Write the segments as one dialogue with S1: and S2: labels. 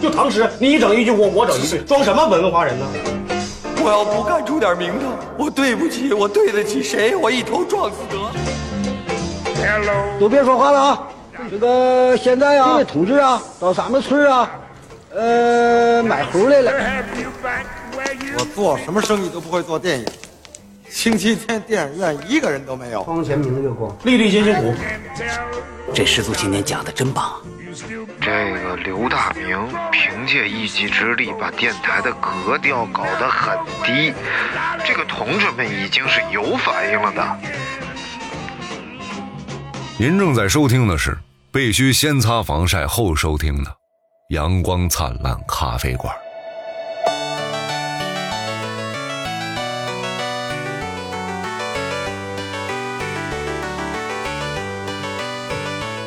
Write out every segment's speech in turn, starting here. S1: 就常识，你一整一句，我我整一句，装什么文化人呢？
S2: 我要不干出点名堂，我对不起，我对得起谁？我一头撞死得了。
S3: 都别说话了啊！这个现在啊，这位同志啊，到咱们村啊，呃，买猴来了。
S4: 我做什么生意都不会做电影，星期天电影院一个人都没有。
S3: 光前明月光，
S1: 粒粒皆辛苦，
S5: 这师祖今天讲的真棒啊！
S6: 这个刘大明凭借一己之力把电台的格调搞得很低，这个同志们已经是有反应了的。
S7: 您正在收听的是必须先擦防晒后收听的《阳光灿烂咖啡馆》。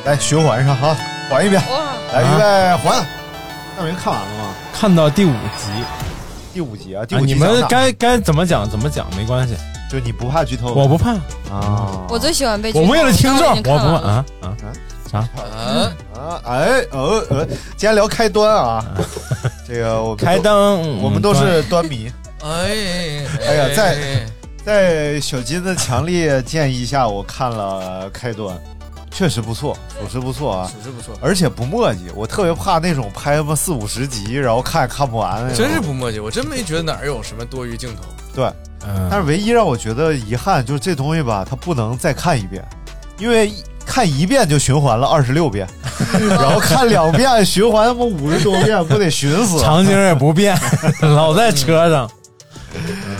S8: 来循环上哈，缓一遍，来预
S9: 啊
S8: 备还。大明看完了吗？
S9: 看到第五集，
S8: 第五集啊，第
S9: 啊
S8: 五集
S9: 你
S8: 讲
S9: 们
S8: 啥
S9: 该该怎么讲怎么讲，没关系，
S8: 就你不怕剧透吗？
S9: 我不怕，
S8: 啊
S10: 我最喜欢被剧
S9: 我
S10: 透
S9: 为了听众，
S10: 刚
S9: 我
S10: 已经
S9: 不
S10: 看
S9: 怕
S10: 完了，
S9: 啊啊！
S8: 啊啊哎呃呃，今天聊开 端啊，这个我们都
S9: 开嗯灯，
S8: 我们都是端迷。
S4: 哎
S8: 哎呀在在小金的强烈建议下，我看了开端，确实不错，属实不错啊，
S4: 属实不错，
S8: 而且不墨迹。我特别怕那种拍他妈四五十集，然后看也看不完那种。
S4: 真是不墨迹，我真没觉得哪儿有什么多余镜头。
S8: 对，
S9: 嗯，
S8: 但是唯一让我觉得遗憾就是这东西吧，它不能再看一遍，因为一看一遍就循环了二十六 遍，然后看两遍循环他妈五十多遍，不得寻死？
S9: 场景也不 变，老在车上，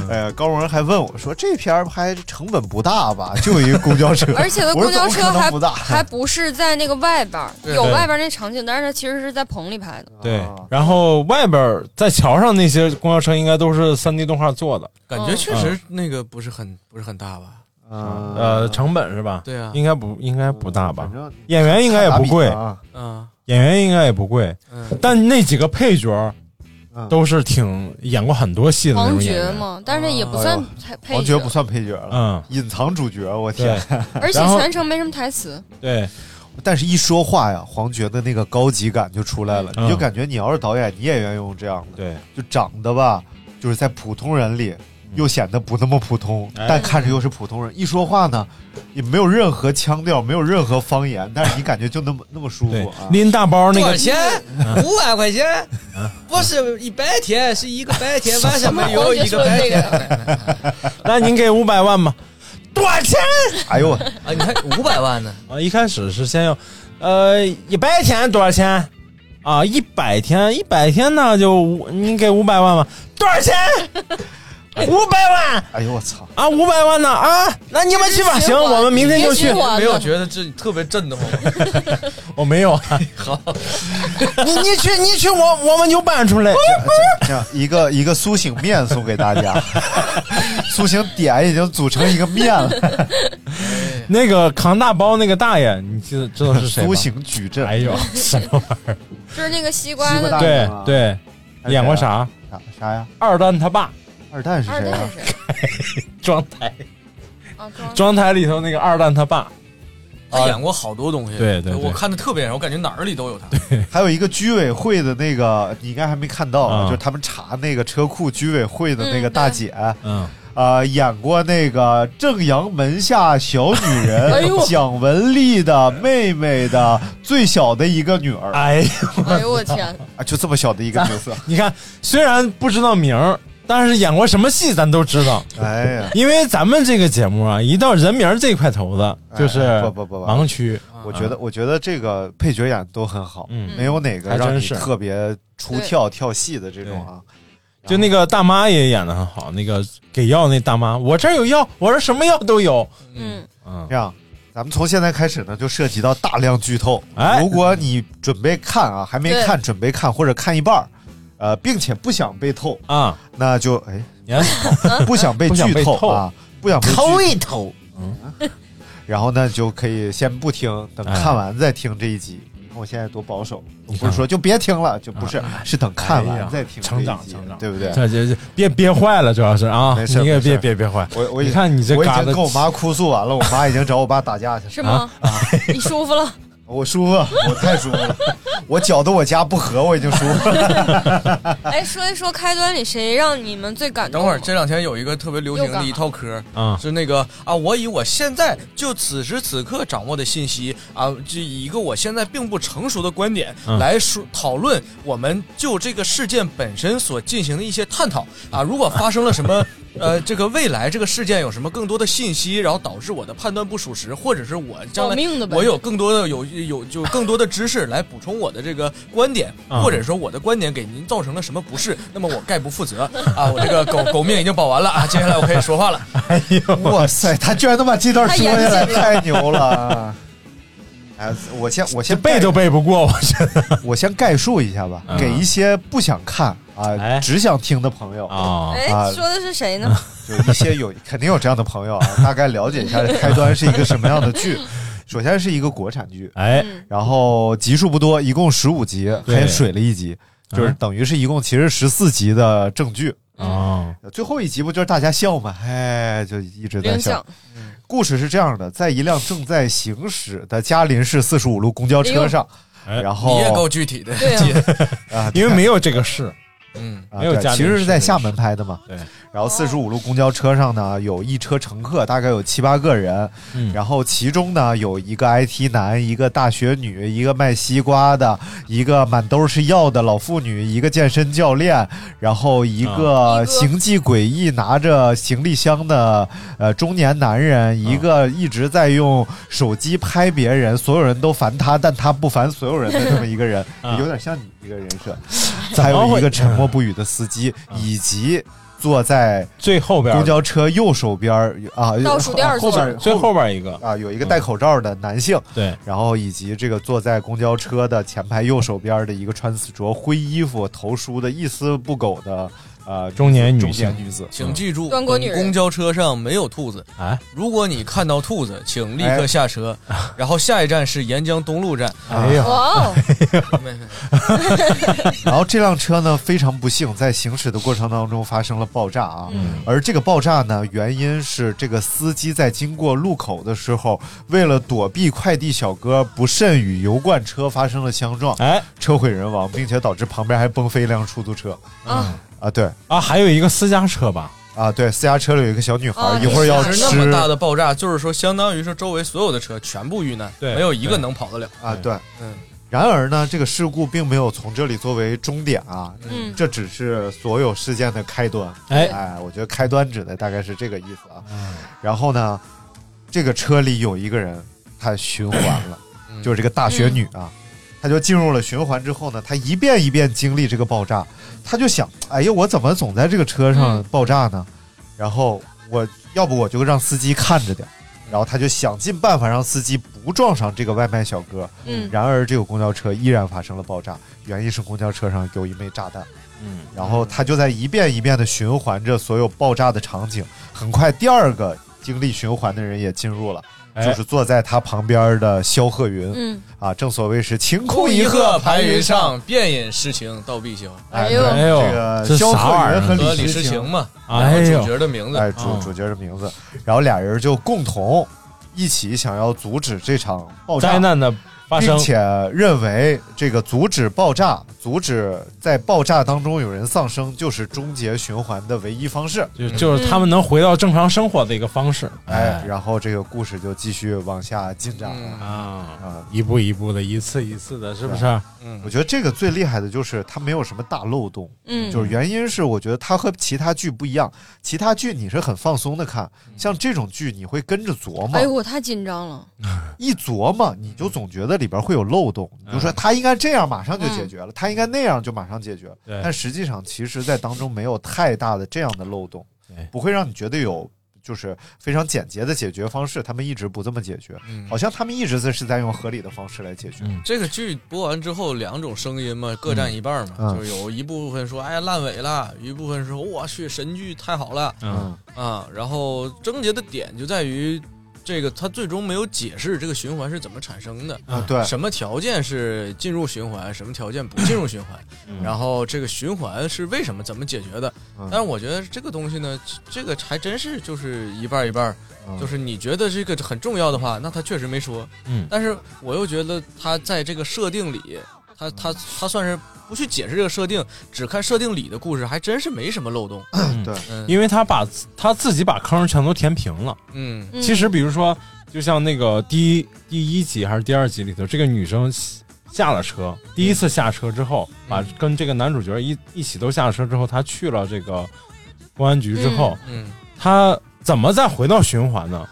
S8: 哎呀，高萌还问我说：“这片儿拍成本不大吧？就一个公交车
S10: 而且它
S8: 我
S10: 公
S8: 说
S10: 交
S8: 怎
S10: 车
S8: 么可能
S10: 还
S8: 不大，
S10: 还不是在那个外边 儿，
S4: 对
S10: 有
S9: 对
S10: 外边儿那场景，但是它其实是在棚里拍的。
S9: 对
S8: 啊，
S9: 然后外边儿在桥上那些公交车应该都是三 D 动画做的，
S4: 感觉确实那个不是很不是很大吧？
S8: 嗯
S9: 呃，成本是吧？
S4: 对啊
S9: 应该不应该不大吧
S8: 反？正
S9: 演员应该也不贵，
S8: 看打比啊
S4: 嗯
S9: 演员应该也不贵，
S4: 嗯，
S9: 但那几个配角儿
S8: 嗯
S9: 都是挺演过很多戏的那
S10: 王
S9: 种演
S10: 爵
S9: 员，
S10: 嘛，但是也
S8: 啊
S10: 不
S8: 哎
S10: 算配配
S8: 王爵不算配角了，
S9: 嗯，
S8: 隐藏主角，我
S9: 对
S8: 天！
S10: 而且
S9: 然后
S10: 全程没什么台词。
S9: 对，
S8: 但是，一说话呀，黄觉的那个高级感就出来了，
S9: 嗯
S8: 你就感觉你要是导演，你也愿意用这样的。
S9: 对，
S8: 就长得吧，就是在普通人里又显得不那么普通，
S9: 嗯哎
S8: 但看着又是普通人。一说话呢，也没有任何腔调，没有任何方言，但是你感觉就那么那么舒
S9: 对
S8: 服啊，。
S9: 拎大包那
S11: 多少
S9: 个
S11: 钱？五万块钱？不是一白天，是一个白天，晚上没有
S10: 我就
S11: 一
S10: 说
S11: 个白
S10: 这
S11: 天。
S10: 个，
S9: 那您给五百万吧， 多少钱？
S8: 哎呦我，
S11: 啊，你还五百万呢？
S9: 啊，一开始是先要，呃，一百天多少钱？啊，一百天，一百天呢就五，你给五百万吧，多少钱？ 五百万
S8: 哎呦我操！
S9: 啊，五百万呢啊，那你们去吧，行，我们明天就去
S10: 别。管了
S4: 没有觉得这特别 震得慌吗？
S9: 我没有啊，
S4: 好，
S9: 你你去你去，我我们就搬出来。
S8: 这样一个一个苏醒面送给大家，苏醒点已经组成一个面了。
S9: 那个扛大包那个大爷，你记得知道 是谁吗
S8: 苏？醒矩阵，
S9: 哎呦，什么玩意儿？
S10: 就是那个西瓜
S8: 西瓜
S10: 的
S8: 大爷啊
S9: 对
S8: 吗
S9: 对，演过啥？
S8: 啥啊啥呀？
S9: 二蛋他爸
S8: 二蛋是
S10: 二
S8: 谁啊
S10: 蛋
S8: 呀？
S10: 是谁？
S9: 装台，
S10: 啊，装
S9: 装台里头那个二蛋他爸，
S4: 他演过好多东西，
S9: 对对对
S4: 我看的特别我感觉哪儿里都有他。
S8: 还有一个居委会的那个，你应该还没看到，
S9: 啊
S8: 就是他们查那个车库居委会的那个
S10: 嗯
S8: 大姐，
S9: 嗯，
S8: 呃，演过那个正阳门下小女 人、
S9: 哎呦
S8: 蒋雯丽的妹妹的最小的一个女儿啊，
S9: 哎，
S10: 哎呦我 天，
S8: 就这么小的一个角色。
S9: 你看，虽然不知道名儿，但是演过什么戏咱都知道，
S8: 哎呀，
S9: 因为咱们这个节目啊，一到人名儿这块头子就是
S8: 哎不不不不啊
S9: 盲区，
S8: 我觉得，我觉得这个配角演得都很好，
S9: 嗯
S8: 没有哪个
S9: 还真
S8: 让你
S9: 是
S8: 特别出跳跳戏的这种啊。
S9: 就那个大妈也演的很好，那个给药那大妈，我这儿有药，我这什么药都有，
S10: 嗯，
S9: 嗯
S8: 这，样，咱们从现在开始呢，就涉及到大量剧透。
S9: 哎
S8: 如果你准备看啊，还没
S10: 对
S8: 看，准备看或者看一半儿，呃，并且不想被透，
S9: 啊，
S8: 那就哎，
S9: 你看，
S8: 不想被
S9: 不想
S8: 剧
S9: 被
S8: 透
S9: 透
S8: 啊，不想被剧嗯
S9: 一偷，
S8: 然后呢，就可以先不听，等
S9: 哎
S8: 看完再听这一集。你看我现在多保守，我
S9: 你
S8: 不
S9: 看
S8: 是说就别听了，就不是，是等看
S9: 哎
S8: 完
S9: 呀
S8: 再听这一集。
S9: 成长成长
S8: 对不对？
S9: 这这这别憋坏了，主要是啊，
S8: 没事
S9: 你也
S8: 没
S9: 别
S8: 事
S9: 别别坏，
S8: 我我已
S9: 你看你这
S8: 我已
S9: 嘎
S8: 经
S9: 的
S8: 跟我妈哭诉完了，我妈已经找我爸打架去了。啊
S10: 是吗？你舒服了？
S8: 我舒服，我太舒服了，我觉得我家不和，我已经舒 服了。
S10: 哎，说一说开端里谁让你们最感动？
S12: 等会儿这两天有一个特别流行的一套嗑，
S9: 嗯
S12: 是那个啊，我以我现在就此时此刻掌握的信息啊，这以一个我现在并不成熟的观点、
S9: 嗯
S12: 来说讨论，我们就这个事件本身所进行的一些探讨啊，如果发生了什么。呃，这个未来这个事件有什么更多的信息，然后导致我的判断不属实，或者是我将
S11: 保
S12: 来
S11: 命的呗
S12: 我有更多的有有就更多的知识来补充我的这个观点，
S9: 嗯
S8: 啊
S12: 或者说我的观点给您造成了什么不适，那么我概不负责啊！我这个狗狗命已经保完 了啊，接下来我可以说话了。
S8: 哇塞，他居然能把这段说下来，
S12: 太严谨了
S8: 太牛了！啊哎，我先我先
S9: 背都背不过，我觉
S8: 得。我先概述一下吧，
S9: 嗯
S8: 给一些不想看啊，只想听的朋友
S10: 哎
S8: 啊，，
S10: 说的是谁呢？
S8: 有一些有肯定有这样的朋友啊，大概了解一下开端是一个什么样的剧。首先是一个国产剧，
S9: 哎，
S8: 然后集数不多，一共十五集，
S9: 对
S8: 还水了一集，就是
S9: 嗯
S8: 等于是一共其实十四集的正剧。
S9: 哦，
S8: 最后一集不就是大家笑吗？哎，就一直在
S10: 领
S8: 笑
S10: 奖。
S8: 故事是这样的，在一辆正在行驶的嘉林市四十五路公交车上，然后
S12: 你也够具体的，
S10: 对
S8: 啊，
S9: 因为没有这个事，
S12: 嗯，
S8: 啊
S9: 没有
S8: 对
S9: 家里
S8: 其实是
S9: 是
S8: 在厦门拍的嘛。
S9: 对，
S8: 然后四十五路公交车上呢，有一车乘客，大概有七八个人，
S9: 嗯
S8: 然后其中呢有一个 IT 男，一个大学女，一个卖西瓜的，一个满兜是药的老妇女，一个健身教练，然后一
S9: 啊
S8: 个行迹诡异拿着行李箱的呃中年男人，
S9: 啊
S8: 一个一直在用手机拍别人，所有人都烦他，但他不烦所有人的这么一个人，
S9: 啊
S8: 有点像你这个人设。
S9: 怎么
S8: 还有
S9: 会嗯
S8: 一个沉默不语的司机，以及坐在
S9: 最后边
S8: 公交车右手边儿啊，
S10: 倒数第二
S8: 后
S10: 座
S8: 边
S9: 最后边一个
S8: 啊，有一个戴口罩的男性，
S9: 嗯对，
S8: 然后以及这个坐在公交车的前排右手边的一个穿着灰衣服、头梳的一丝不苟的呃
S9: 中年女
S8: 中年
S9: 性
S8: 女子，
S12: 请记住，
S10: 端锅女人
S12: 公交车上没有兔子
S8: 哎
S9: 啊！
S12: 如果你看到兔子，请立刻下车，
S8: 啊
S12: 然后下一站是沿江东 路站。
S8: 哎呀
S10: 哇哦，
S8: 然后这辆车呢，非常不幸，在行驶的过程当中发生了爆炸啊。而这个爆炸呢，原因是这个司机在经过路口的时候，为了躲避快递小哥，不慎与油罐车发生了相撞，
S9: 哎，
S8: 车毁人亡，并且导致旁边还崩飞一辆出租车。
S10: 啊，
S8: 啊，对
S9: 啊，还有一个私家车吧，
S8: 啊，对，私家车里有一个小女孩，
S10: 哦
S8: 一会儿要
S12: 是
S8: 吃
S12: 那么大的爆炸，就是说相当于是周围所有的车全部遇难，
S9: 对
S12: 没有一个
S9: 对
S12: 能跑得了。
S8: 啊，对。
S12: 嗯，
S8: 然而呢，这个事故并没有从这里作为终点啊，
S10: 嗯
S8: 这只是所有事件的开端。
S9: 哎
S8: 哎，我觉得开端指的大概是这个意思啊。然后呢，这个车里有一个人他循环了，
S12: 嗯
S8: 就是这个大学女啊，她就进入了循环之后呢，她一遍一遍经历这个爆炸，她就想，哎呀，我怎么总在这个车上
S10: 嗯
S8: 爆炸呢？然后我要不我就让司机看着点儿。
S9: 嗯
S8: 然后她就想尽办法让司机不撞上这个外卖小哥，
S10: 嗯，
S8: 然而，这个公交车依然发生了爆炸，原因是公交车上有一枚炸弹。
S9: 嗯，
S8: 然后他就在一遍一遍的循环着所有爆炸的场景。很快，第二个经历循环的人也进入了，
S9: 哎
S8: 就是坐在他旁边的萧鹤云。
S10: 嗯，
S8: 啊，正所谓是晴
S12: 空
S8: 空
S12: 一
S8: 一
S12: 鹤
S8: 鹤
S12: 排
S8: 排
S12: 云
S8: 云
S12: 上，
S8: 上。
S12: 便引诗情，到必行。
S10: 哎
S8: 对
S10: 呦
S9: 哎呦
S8: 这个
S9: 这
S8: 萧
S9: 啥玩意儿啊
S8: 鹤云和
S12: 和
S8: 李
S12: 李
S8: 诗
S12: 诗情
S8: 情，
S12: 嘛，
S9: 哎呦
S12: 然后主角的名字，
S8: 哎，主
S9: 嗯
S8: 主角的名字。然后俩人就共同一起想要阻止这场爆炸
S9: 灾难的发生
S8: 并，且认为这个阻止爆炸、阻止在爆炸当中有人丧生，就是终结循环的唯一方式。
S9: 就就是他们能回到正常生活的一个方式，
S8: 哎，然后这个故事就继续往下进展了。
S9: 啊，
S8: 啊，
S9: 一步一步的，一次一次的，是不是？
S8: 我觉得这个最厉害的就是它没有什么大漏洞，
S10: 嗯
S8: 就是原因是我觉得它和其他剧不一样，其他剧你是很放松的看，
S9: 嗯
S8: 像这种剧你会跟着琢磨，
S10: 哎呦，我太紧张了，
S8: 一琢
S9: 嗯
S8: 磨，你就总觉得里边会有漏洞，你就说他应该这样马上就解决了，他应该那样就马上解决了。
S9: 嗯对
S8: 但实际上，其实在当中没有太大的这样的漏洞
S9: 对，
S8: 不会让你觉得有就是非常简洁的解决方式。他们一直不这么解决，
S12: 嗯
S8: 好像他们一直在是在用合理的方式来解决。
S9: 嗯
S12: 这个剧播完之后，两种声音嘛，各占一半嘛，
S8: 嗯
S12: 就是有一部分说哎呀烂尾了，有一部分说我去神剧太好了
S9: 嗯
S12: 啊。然后症结的点就在于这个他最终没有解释这个循环是怎么产生的
S8: 啊对
S12: 什么条件是进入循环，什么条件不进入循环，
S8: 嗯
S12: 然后这个循环是为什么怎么解决的
S8: 嗯？
S12: 但是我觉得这个东西呢，这个还真是就是一半儿一半儿，就是你觉得这个很重要的话，那他确实没说，
S9: 嗯
S12: 但是我又觉得他在这个设定里。他他他算是不去解释这个设定，只看设定里的故事，还真是没什么漏洞。
S8: 对
S12: 嗯
S9: 啊因为他把自他自己把坑全都填平了。
S12: 嗯
S9: 其实比如说，就像那个第一第一集还是第二集里头，这个女生下下了车，
S8: 嗯
S9: 第一次下车之后，把跟这个男主角一一起都下车之后，她去了这个公安局之后，
S12: 嗯嗯
S9: 她怎么再回到循环呢？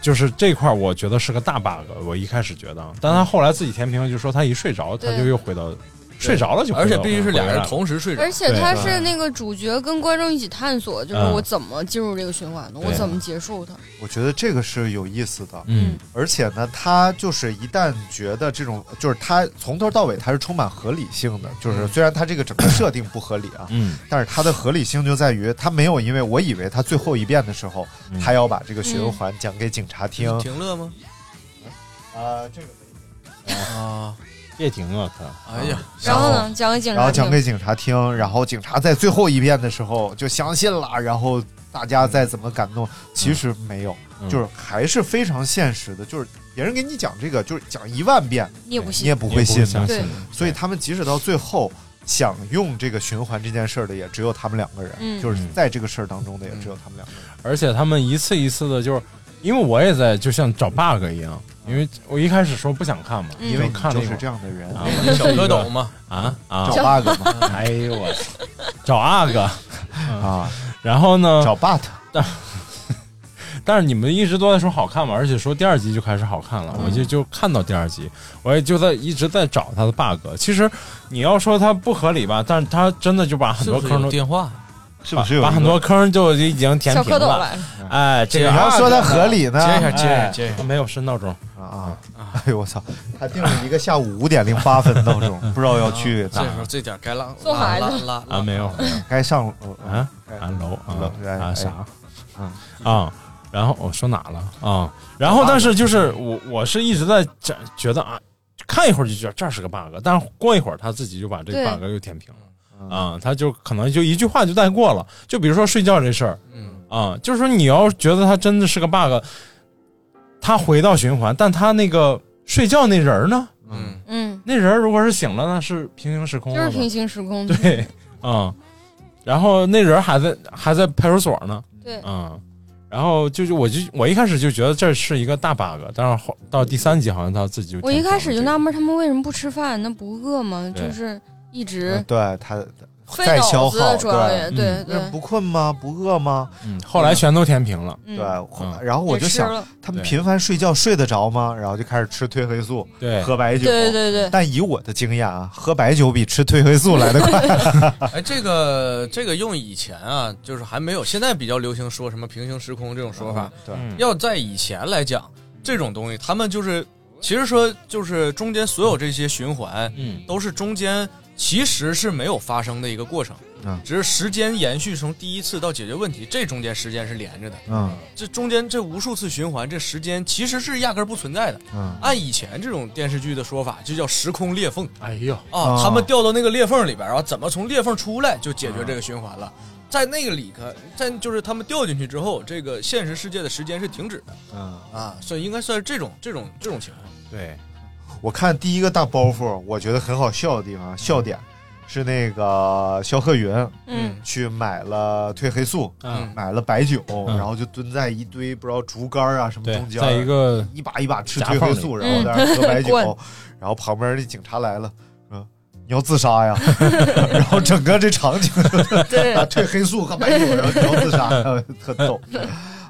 S9: 就是这块儿我觉得是个大 bug，我一开始觉得，但她后来自己填平了，就说她一睡着，她就又回到睡着了就回到
S12: 而且必须是俩人
S9: 回来了
S12: 同时睡
S10: 而且他
S9: 对
S10: 是那个主角跟观众一起探索，就是
S8: 嗯
S10: 我怎么进入这个循环的，我
S8: 对
S10: 怎么结束它。
S8: 我觉得这个是有意思的，
S9: 嗯，
S8: 而且呢，他就是一旦觉得这种，就是他从头到尾他是充满合理性的，就是虽然他这个整个设定不合理啊，
S9: 嗯，
S8: 但是它的合理性就在于他没有，因为我以为他最后一遍的时候，
S9: 嗯
S8: 他要把这个循环讲给警察听，
S12: 停乐吗？
S8: 啊，这个
S12: 啊，
S9: 别停了，他，
S12: 哎呀
S9: 啊
S10: 然后呢，讲给警
S8: 然
S10: 察
S8: 后
S10: 听
S8: 讲，给警察听，然后警察在最后一遍的时候就相信了，然后大家再怎么感动，其实没有，
S9: 嗯
S8: 就是还是非常现实的，就是别人给你讲这个，就是讲一万遍，
S10: 你也不信
S8: 你也不会信
S9: 你也不
S8: 的
S9: 会相信对，
S8: 所以他们即使到最后。想用这个循环这件事儿的也只有他们两个人，
S9: 嗯
S8: 就是在这个事儿当中的也只有他们两个人。
S9: 而且他们一次一次的，就是因为我也在就像找 bug 一样，因为我一开始说不想看嘛，
S8: 因为你
S9: 看了一会
S8: 嗯就
S9: 儿
S8: 是这样的人
S9: 啊，
S8: 你小
S9: 哥
S8: 蝌蚪嘛
S9: 啊啊，
S8: 找 bug 嘛
S9: 哎呦我操，找 bug
S8: 啊，
S9: 然后呢，
S8: 找 bug，
S9: 但但是你们一直都在说好看嘛，而且说第二集就开始好看了，我就就看到第二集，我也就在一直在找它的 bug。其实你要说它不合理吧，但是它真的就把很多
S12: 是不是
S9: 坑
S12: 有
S9: 都
S12: 电话，
S8: 是啊不是有一
S9: 把
S8: 个
S9: 把很多坑就已经填平
S12: 小蝌蚪
S9: 了
S12: 来？
S9: 哎，这个
S8: 你要说它合理呢
S9: 哎
S8: 啊接一下接一下接一下
S9: 哎没有是闹钟
S8: 啊哎呦我操，还定了一个下午五点零八分闹钟，不知道要去
S12: 这
S8: 哪
S12: 时候这点该拉
S11: 送孩子
S12: 拉拉拉
S9: 啊，没有没有，
S8: 该上
S9: 啊啊楼啊
S8: 哎
S9: 啊啥
S8: 嗯
S9: 啊，然后我说哪了啊？然后但是就是我我是一直在这觉得啊，看一会儿就觉得这是个 bug，但是过一会儿他自己就把这个
S12: 对
S9: bug 又填平
S8: 嗯
S9: 了啊，他就可能就一句话就带过了。就比如说睡觉这事儿，
S12: 嗯
S9: 啊，就是说你要觉得他真的是个 bug，他回到循环，但他那个睡觉那人儿呢？
S12: 嗯
S10: 嗯，
S9: 那人儿如果是醒了，那是平行时空
S10: 就
S9: 了
S10: 是
S9: 吧，
S10: 平行时 空。
S9: 对，嗯，然后那人还在还在派出所呢，
S10: 对
S9: 嗯，然后就是我就我一开始就觉得这是一个大 bug，但是后到第三集好像他自己就
S10: 我一开始就纳闷他们为什么不吃饭，那不饿吗？
S9: 对
S10: 就是一直
S8: 嗯对他
S10: 费
S8: 再
S10: 脑子
S8: 消耗，
S10: 主要也对
S8: 嗯
S10: 对
S8: 那不困吗？不饿吗？
S9: 嗯，后来全都填平了，
S10: 嗯
S8: 对，然后我就
S10: 也吃
S8: 想
S10: 了，
S8: 他们
S9: 对
S8: 频繁睡觉睡得着吗？然后就开始吃褪黑素，
S9: 对，
S8: 喝白酒，
S10: 对对对
S8: 但以我的经验啊，喝白酒比吃褪黑素来得 快。
S12: 哎，这个这个用以前啊，就是还没有，现在比较流行说什么平行时空这种说法。
S8: 对
S9: 嗯
S12: 要在以前来讲，这种东西他们就是，其实说就是中间所有这些循环，
S9: 嗯，
S12: 都是中间其实是没有发生的一个过程，
S8: 嗯
S12: 只是时间延续从第一次到解决问题，这中间时间是连着的。
S8: 嗯
S12: 这中间这无数次循环，这时间其实是压根儿不存在的。
S8: 嗯
S12: 按以前这种电视剧的说法，就叫时空裂缝。
S9: 哎呦
S12: 啊
S9: 啊，
S12: 他们掉到那个裂缝里边儿，然后啊怎么从裂缝出来，就解决这个循环了。在那个里头，在就是他们掉进去之后，这个现实世界的时间是停止的
S8: 嗯，
S12: 啊，所以应该算是这种这种这种情况。
S9: 对，
S8: 我看第一个大包袱，我觉得很好笑的地
S9: 嗯
S8: 方，笑点是那个肖鹤云，
S10: 嗯，
S8: 去买了褪黑素，
S9: 嗯
S8: 买了白酒，
S9: 嗯
S8: 然后就蹲在一堆不知道竹竿啊什么
S9: 对
S8: 中间，
S9: 在一个
S8: 一把一把吃
S9: 夹
S8: 褪
S9: 缝
S8: 黑
S9: 里
S8: 素，
S9: 嗯
S8: 然后在那儿喝白酒
S9: 灌，
S8: 然后旁边的警察来了，说你要自杀呀， 然后整个这场景，
S10: 对
S8: 啊，褪黑素和白酒，然后你要自杀，特 逗。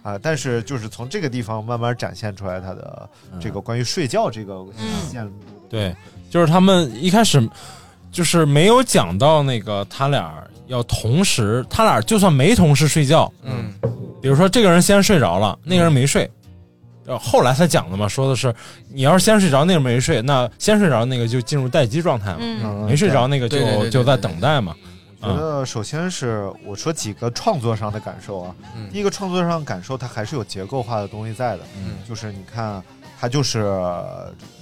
S8: 啊，但是就是从这个地方慢慢展现出来他的
S12: 嗯
S8: 这个关于睡觉这个线路
S9: 对，就是他们一开始就是没有讲到那个他俩要同时，他俩就算没同时睡觉，
S12: 嗯，
S9: 比如说这个人先睡着了，那个人没睡，呃，后来才讲的嘛，说的是你要是先睡着，那个没睡，那先睡着那个就进入待机状态嘛，
S12: 嗯
S9: 没睡着那个啊
S12: 对对对
S9: 就
S12: 对
S9: 就在等待嘛，
S8: 觉得首先是我说几个创作上的感受啊，
S12: 嗯
S8: 第一个创作上的感受，它还是有结构化的东西在的，
S12: 嗯
S8: 就是你看，它就是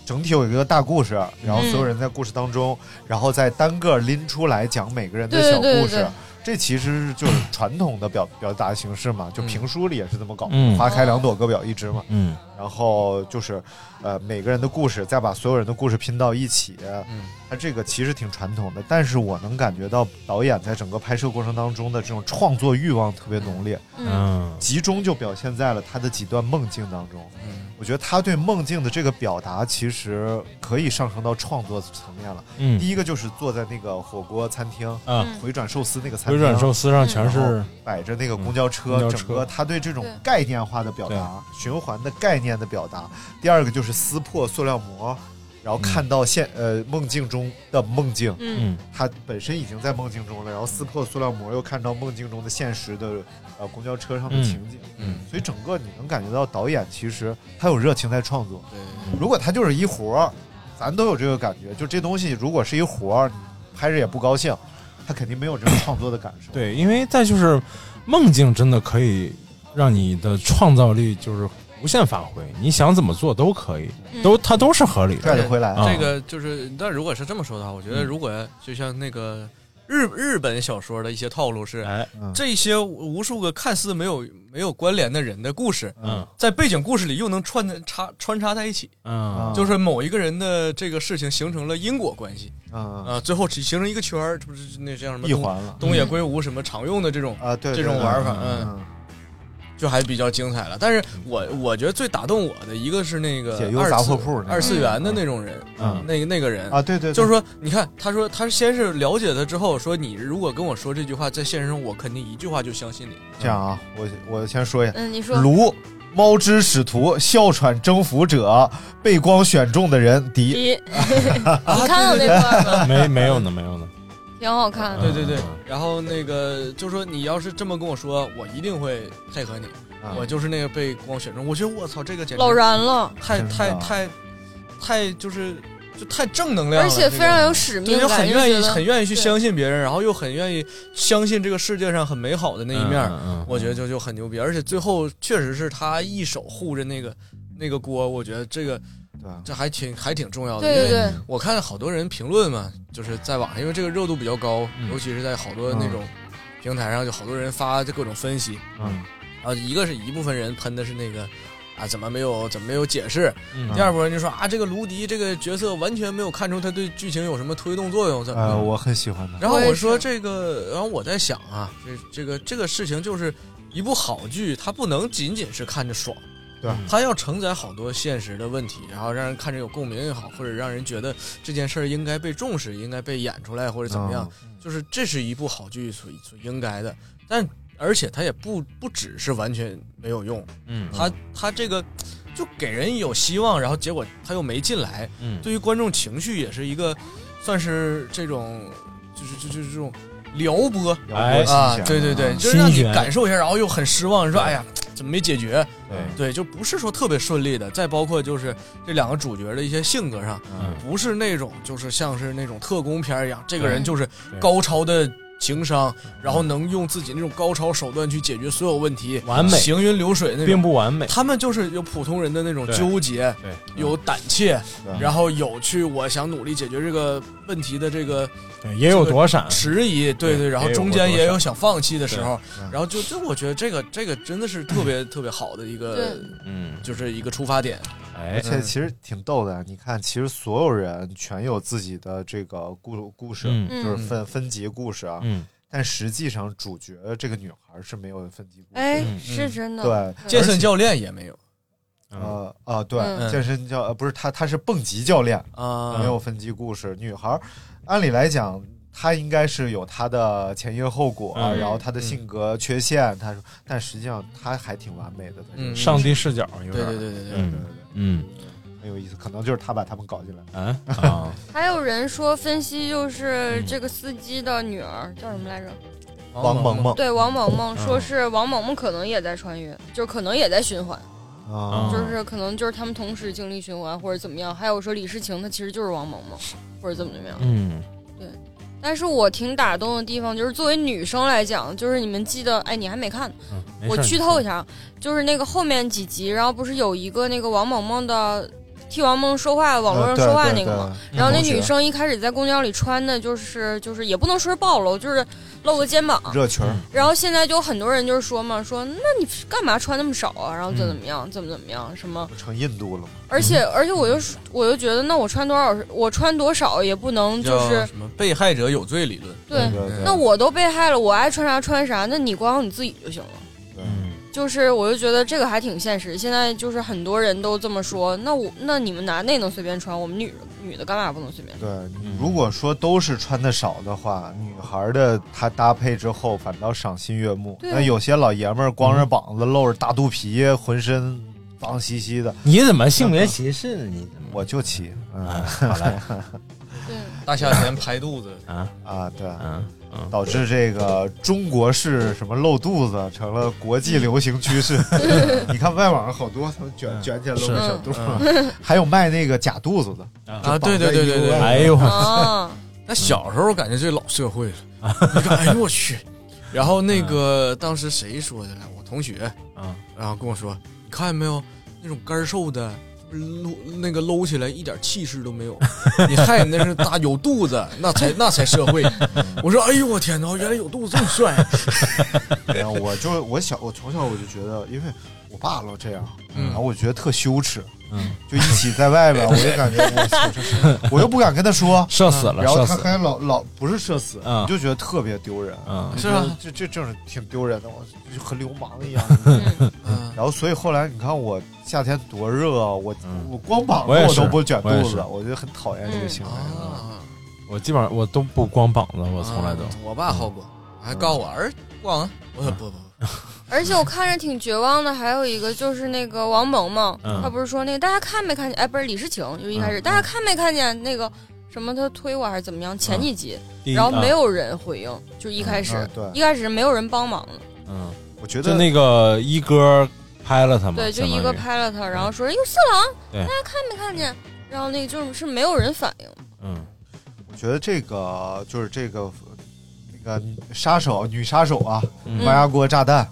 S8: 整体有一个大故事，然后
S12: 嗯
S8: 所有人在故事当中，然后再单个拎出来讲每个人的
S12: 对
S8: 小故事。
S12: 对对对
S8: 这其实就是传统的表表达形式嘛，就
S12: 嗯
S8: 评书里也是这么搞，
S9: 嗯
S8: 花开两朵，各表一枝嘛。
S9: 嗯，
S8: 然后就是，呃，每个人的故事，再把所有人的故事拼到一起，
S9: 嗯
S8: 它这个其实挺传统的，但是我能感觉到导演在整个拍摄过程当中的这种创作欲望特别浓烈，
S9: 嗯嗯
S8: 集中就表现在了他的几段梦境当中。我觉得他对梦境的这个表达，其实可以上升到创作层面了。
S9: 嗯
S8: 第一个就是坐在那个火锅餐厅，
S12: 嗯
S9: 啊
S8: 回转寿司那个餐厅，
S9: 回转寿司上全是
S8: 然后摆着那个公交车，
S9: 嗯公交车
S8: 整个他对这种概念化的表达、循环的概念的表达。第二个就是撕破塑料膜。然后看到现、呃梦境中的梦境，
S9: 嗯，
S8: 他本身已经在梦境中了，然后撕破塑料膜，又看到梦境中的现实的呃公交车上的
S9: 嗯
S8: 情景，
S9: 嗯
S8: 所以整个你能感觉到导演其实他有热情在创作。如果他就是一活儿，咱都有这个感觉，就这东西如果是一活儿，你拍着也不高兴，他肯定没有这种创作的感受。
S9: 对，因为再就是梦境真的可以让你的创造力就是无限发挥，你想怎么做都可以，都它都是合理的。啊
S12: 这个就是，但如果是这么说的话，我觉得如果就像那个日日本小说的一些套路是，
S9: 嗯哎
S12: 这些无数个看似没有没有关联的人的故事，
S9: 嗯
S12: 在背景故事里又能穿的插穿插在一起，
S8: 啊
S9: 嗯
S12: 啊就是某一个人的这个事情形成了因果关系，
S8: 嗯
S12: 啊，最后只形成一个圈儿，这不是那叫什么
S8: 闭
S12: 东
S8: 环了
S12: 嗯东野圭吾什么常用的这种
S8: 啊，对
S12: 这种
S8: 对对
S12: 玩法，
S8: 嗯
S12: 嗯。就还比较精彩了，但是我我觉得最打动我的一个是那个
S8: 解忧
S12: 二
S8: 杂
S12: 次
S8: 货铺那个
S12: 二次元的那种人，
S8: 嗯
S12: 那个那个人
S8: 啊对对对
S12: 就是说，你看他说他先是了解他之后说，你如果跟我说这句话，在现实中我肯定一句话就相信你，
S8: 这样啊，我我先说一下，
S12: 嗯你说
S8: 卢猫之使徒，哮喘征服者，被光选中的人敌。
S10: 你
S12: 啊
S10: 你看到那块儿吗？
S9: 没没有呢，没有呢。
S10: 挺好
S9: 啊
S10: 看的。
S12: 对对对，然后那个就说你要是这么跟我说，我一定会配合你。
S8: 啊
S9: 啊
S12: 我就是那个被光选中，我觉得我操，这个简直
S10: 老燃了
S12: 太
S9: 啊
S10: 真的
S12: 太太太就是就太正能量了，
S10: 而且非常有使命
S12: 对就很
S10: 感
S12: 愿
S10: 就
S12: 意
S10: 觉得
S12: 很愿意去相信别人，然后又很愿意相信这个世界上很美好的那一面儿，
S9: 嗯嗯嗯
S12: 我觉得就就很牛逼。而且最后确实是他一手护着那个那个锅，我觉得这个。
S9: 啊
S12: 这还挺还挺重要的，
S10: 对
S12: 因
S10: 对
S12: 为
S10: 对
S12: 我看好多人评论嘛，就是在
S8: 嗯
S12: 网上，因为这个热度比较高，尤其是在好多那种平台上，就好多人发这各种分析，
S8: 嗯，
S12: 啊，一个是一部分人喷的是那个啊，怎么没有怎么没有解释？
S8: 嗯
S12: 第二部分人就说啊，这个卢迪这个角色完全没有看出他对剧情有什么推动作用。怎么
S8: 呃，我很喜欢他。
S12: 然后我说这个，然后我在想啊，这这个这个事情就是一部好剧，它不能仅仅是看着爽，
S8: 对
S12: 它要承载好多现实的问题，然后让人看着有共鸣也好，或者让人觉得这件事儿应该被重视，应该被演出来或者怎么
S9: 啊
S12: 样，就是这是一部好剧所所应该的。但而且它也不不只是完全没有用，
S9: 嗯
S12: 它它这个就给人有希望，然后结果他又没进来，
S9: 嗯
S12: 对于观众情绪也是一个算是这种就是就就是这种撩拨，
S8: 嗯
S9: 拨哎
S12: 啊
S9: 心，弦
S12: 对对对，
S9: 嗯
S12: 就是让你
S9: 心弦
S12: 感受一下，然后又很失望，说哎呀怎么没解决？对，就不是说特别顺利的。再包括就是这两个主角的一些性格上，不是那种就是像是那种特工片儿一样，这个人就是
S9: 嗯对嗯
S12: 高超的情商，然后能用自己那种高超手段去解决所有问题，
S9: 完美
S12: 行云流水那种，
S9: 并不完美
S12: 他们就是有普通人的那种
S9: 对
S12: 纠结，
S9: 对
S12: 有胆怯
S9: 对，
S12: 然后有去我想努力解决这个问题的这个，
S9: 对也有
S12: 这个
S9: 躲闪
S12: 迟疑，对
S9: 啊对
S12: 对，然后
S9: 也有
S12: 中
S9: 过
S12: 间
S9: 躲
S12: 也
S9: 闪
S12: 有想放弃的时
S9: 对
S12: 候
S9: 嗯，
S12: 然后就就我觉得这个这个真的是 特别特别好的一个
S10: 对，
S9: 嗯，哎
S12: 就是一个出发点，
S8: 而
S12: 嗯
S8: 且其实挺逗的，你看，其实所有人全有自己的这个故故事，
S9: 嗯
S8: 就是分、分级故事啊。
S9: 嗯
S8: 但实际上，主角这个女孩是没有分级故事的。
S10: 哎是真的
S8: 对，
S10: 健身
S12: 教练也没有。
S8: 呃啊，对，
S12: 嗯
S8: 健身教呃不是他，他是蹦极教练
S12: 啊
S9: 嗯
S8: 没有分级故事。女孩，按理来讲，她应该是有她的前因后果，
S9: 嗯
S8: 然后她的性格缺陷，她说，但实际上她还挺完美的。她这个
S9: 上帝视角有
S8: 对
S9: 点儿。
S8: 对对对对
S9: 嗯嗯
S8: 很有意思，可能就是他把他们搞进来。
S9: 啊啊，
S10: 还有人说分析就是这个司机的女儿叫什么来着？
S9: 嗯
S8: 王萌萌
S10: 对，王萌萌说是王萌萌可能也在穿越，就可能也在循环，
S8: 啊
S10: 就是可能就是他们同时经历循环或者怎么样。还有说李世情她其实就是王萌萌或者怎么怎么样。
S9: 嗯，
S10: 对，但是我挺打动的地方就是，作为女生来讲，就是你们记得，哎，你还没看呢，
S9: 没事
S10: 我剧透一下，就是那个后面几集，然后不是有一个那个王萌萌的替王萌说话，网
S8: 呃
S10: 络上说话那个吗？
S13: 对对对
S10: 然后那
S13: 嗯
S10: 女生一开始在公交里穿的就是就是也不能说是暴露，就是露个肩膀，
S8: 热裙儿
S10: 然后现在就很多人就是说嘛，说那你干嘛穿那么少啊？然后怎么怎么样，怎么怎么样，什么？
S8: 成印度了吗？
S10: 而且而且我就说我就觉得，那我穿多少，我穿多少也不能就
S12: 叫
S10: 是
S12: 什么被害者有罪理论。
S10: 对。
S8: 嗯
S10: 那我都被害了，我爱穿啥穿啥，那你管好你自己就行了。就是我就觉得这个还挺现实。现在就是很多人都这么说，那我那你们男的也能随便穿，我们女女的干嘛不能随便？
S8: 对，如果说都是穿的少的话，女孩的她搭配之后反倒赏心悦目。
S10: 对啊
S8: 那有些老爷们儿光着膀子，露着大肚皮，浑身脏兮兮的。
S9: 你怎么性别歧视呢？你
S8: 我就骑，嗯，
S9: 好嘞
S12: 大夏天拍肚子，
S9: 啊
S8: 啊，对，导致这个中国式什么露肚子成了国际流行趋 势。你看外网上好多他们卷卷起来露个小肚
S12: 嗯
S8: 儿，还有卖那个假肚子的
S12: 啊，对对对对对，
S9: 哎
S10: 嗯啊
S12: 那小时候感觉这老社会了，你看，哎呦我去！然后那
S9: 嗯
S12: 个当时谁说的来？我同学
S9: 啊，
S12: 然后跟我说，你看见没有，那种干瘦的。搂那个搂起来一点气势都没有，你害那是大有肚子，那才那才 社会。我说，哎呦我天哪，原来有肚子这么帅！啊
S8: 哎呀我就我小我从小我就觉得，因为我爸老这样，
S12: 嗯
S8: 然后我觉得特羞耻，
S9: 嗯，
S8: 就一起在外边，我就感觉我操，这是我又不敢跟他说，
S9: 社死了
S8: 嗯然后
S9: 社
S8: 他
S9: 死了
S8: 还老老不是社死，
S9: 嗯
S8: 你就觉得特别丢人，
S9: 嗯
S8: 你
S9: 是
S8: 觉得
S9: 啊
S8: 这这这种挺丢人的，我就和流氓一样。
S12: 嗯
S8: 然后所以后来你看我夏天多热啊，我我光膀子
S9: 嗯我也
S8: 我
S9: 是
S8: 都不卷肚
S9: 我也是
S8: 子，我就很讨厌这个行为。
S12: 嗯
S9: 我基本上我都不光膀子，我从来都。
S12: 啊
S9: 嗯
S12: 我爸好光，还告诉我儿子逛啊，我说不不不，
S10: 而且我看着挺绝望的，还有一个就是那个王萌萌，
S12: 嗯
S10: 他不是说那个大家看没看见？哎，不是李诗情，就一开始、
S12: 嗯
S10: 大家看没看见那个什么他推我还是怎么样？前几集，
S9: 第一啊
S10: 然后没有人回应，就一开
S9: 嗯
S10: 始、
S9: 嗯啊对
S10: 一开始没有人帮忙了，
S9: 嗯，
S8: 我觉
S9: 就那个一哥拍了他嘛，
S10: 对，就
S9: 相当
S10: 一个
S9: 于嗯
S10: 拍了他，然后说哟色狼，
S9: 对
S10: 大家看没看见？然后那个就是是没有人反应，
S9: 嗯
S8: 我觉得这个就是这个那个杀手女杀手啊，
S9: 嗯
S8: 高压锅炸弹，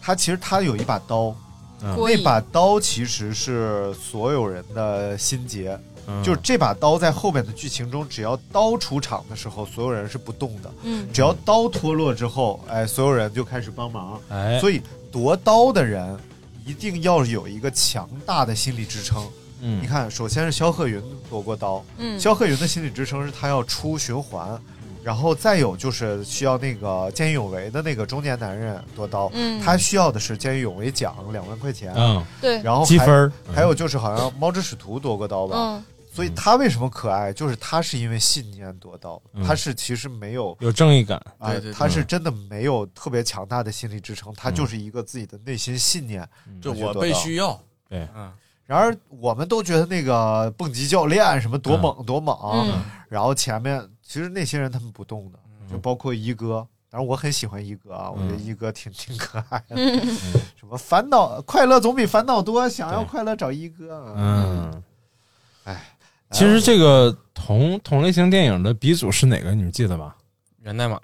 S8: 她其实她有一把刀，
S9: 嗯
S8: 那把刀其实是所有人的心结。
S9: 嗯
S8: 就是这把刀在后面的剧情中，只要刀出场的时候，所有人是不动的。
S10: 嗯
S8: 只要刀脱落之后，哎，所有人就开始帮忙。
S9: 哎
S8: 所以夺刀的人一定要有一个强大的心理支撑。
S9: 嗯
S8: 你看，首先是萧贺云夺过刀，
S9: 嗯
S8: 萧贺云的心理支撑是他要出循环，然后再有就是需要那个见义勇为的那个中年男人夺刀，
S9: 嗯
S8: 他需要的是见义勇为奖两万块钱，
S9: 嗯对
S8: 然后
S9: 积
S8: 还
S9: 分儿嗯
S8: 还有就是好像猫之使徒夺过刀吧，
S9: 嗯
S8: 所以他为什么可爱，就是他是因为信念夺刀，
S9: 嗯
S8: 他是其实没有
S9: 有正义感
S8: 啊
S9: 对对对，
S8: 他是真的没有特别强大的心理支
S9: 嗯
S8: 撑，他就是一个自己的内心信念，
S12: 就
S8: 他去
S12: 我
S8: 夺
S12: 被
S8: 刀
S12: 需要。
S9: 对，
S12: 嗯，
S8: 然而我们都觉得那个蹦极教练什么多猛多猛，啊
S12: 嗯
S8: 然后前面其实那些人他们不动的，
S9: 嗯
S8: 就包括一哥。当然我很喜欢一哥啊，我觉得一哥挺挺可爱 的。
S13: 嗯
S8: 什么烦恼快乐总比烦恼多，想要快乐找一哥。啊
S9: 嗯，哎，其实这个同同类型电影的鼻祖是哪个？你们记得吧？
S12: 源代码，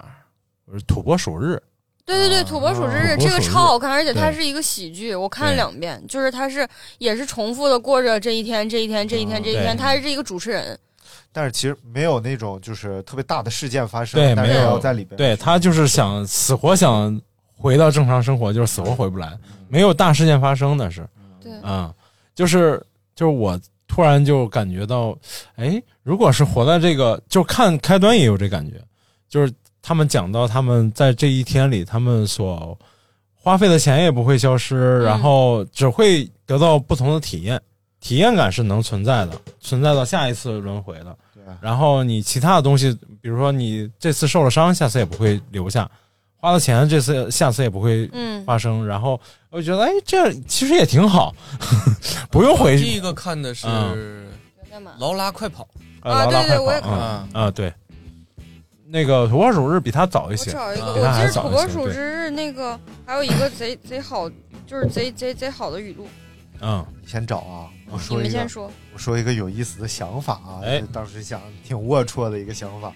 S9: 不是土拨鼠日。
S10: 对对对，土拨鼠之日
S9: 哦土拨鼠
S10: 这
S9: 之日
S10: 个超好看，而且它
S9: 对
S10: 是一个喜剧，我看了两遍，就是它是也是重复的过着这一天、这一天、这一
S9: 哦
S10: 天、这一
S8: 对
S10: 天，它是一个主持人，
S8: 但是其实没有那种就是特别大的事件发生，
S9: 对，
S8: 但
S9: 没
S8: 是
S9: 有
S8: 要在里边。
S9: 对他就是想死活想回到正常生活，就是死活回不来，没有大事件发生的是，
S10: 对
S9: 啊、就是就是我突然就感觉到，哎，如果是活在这个，就看开端也有这感觉，就是他们讲到他们在这一天里，他们所花费的钱也不会消失，然后只会得到不同的体验，体验感是能存在的，存在到下一次轮回的。然后你其他的东西，比如说你这次受了伤，下次也不会留下；花了钱，这次下次也不会
S12: 嗯
S9: 发生。然后我觉得，哎，这样其实也挺好， 不用回
S12: 我第一个看的是
S9: 嗯
S12: 《劳拉快跑》
S9: 啊，劳拉快跑啊
S12: 啊
S9: 啊，对，那个土拨鼠日比它早一些，
S10: 找一个，
S9: 比
S10: 我
S9: 它
S10: 记
S9: 还
S10: 得
S9: 早
S10: 土
S9: 一
S10: 拨
S9: 些。
S10: 鼠
S9: 对
S10: 之日那个还有一个贼贼好，就是贼贼贼好的语录，
S9: 嗯，
S8: 先找啊，我说
S10: 嗯你
S8: 一
S10: 们
S8: 个
S10: 先，说。
S8: 我说一个有意思的想法啊，
S9: 哎
S8: 就当时想挺龌龊的一个想法，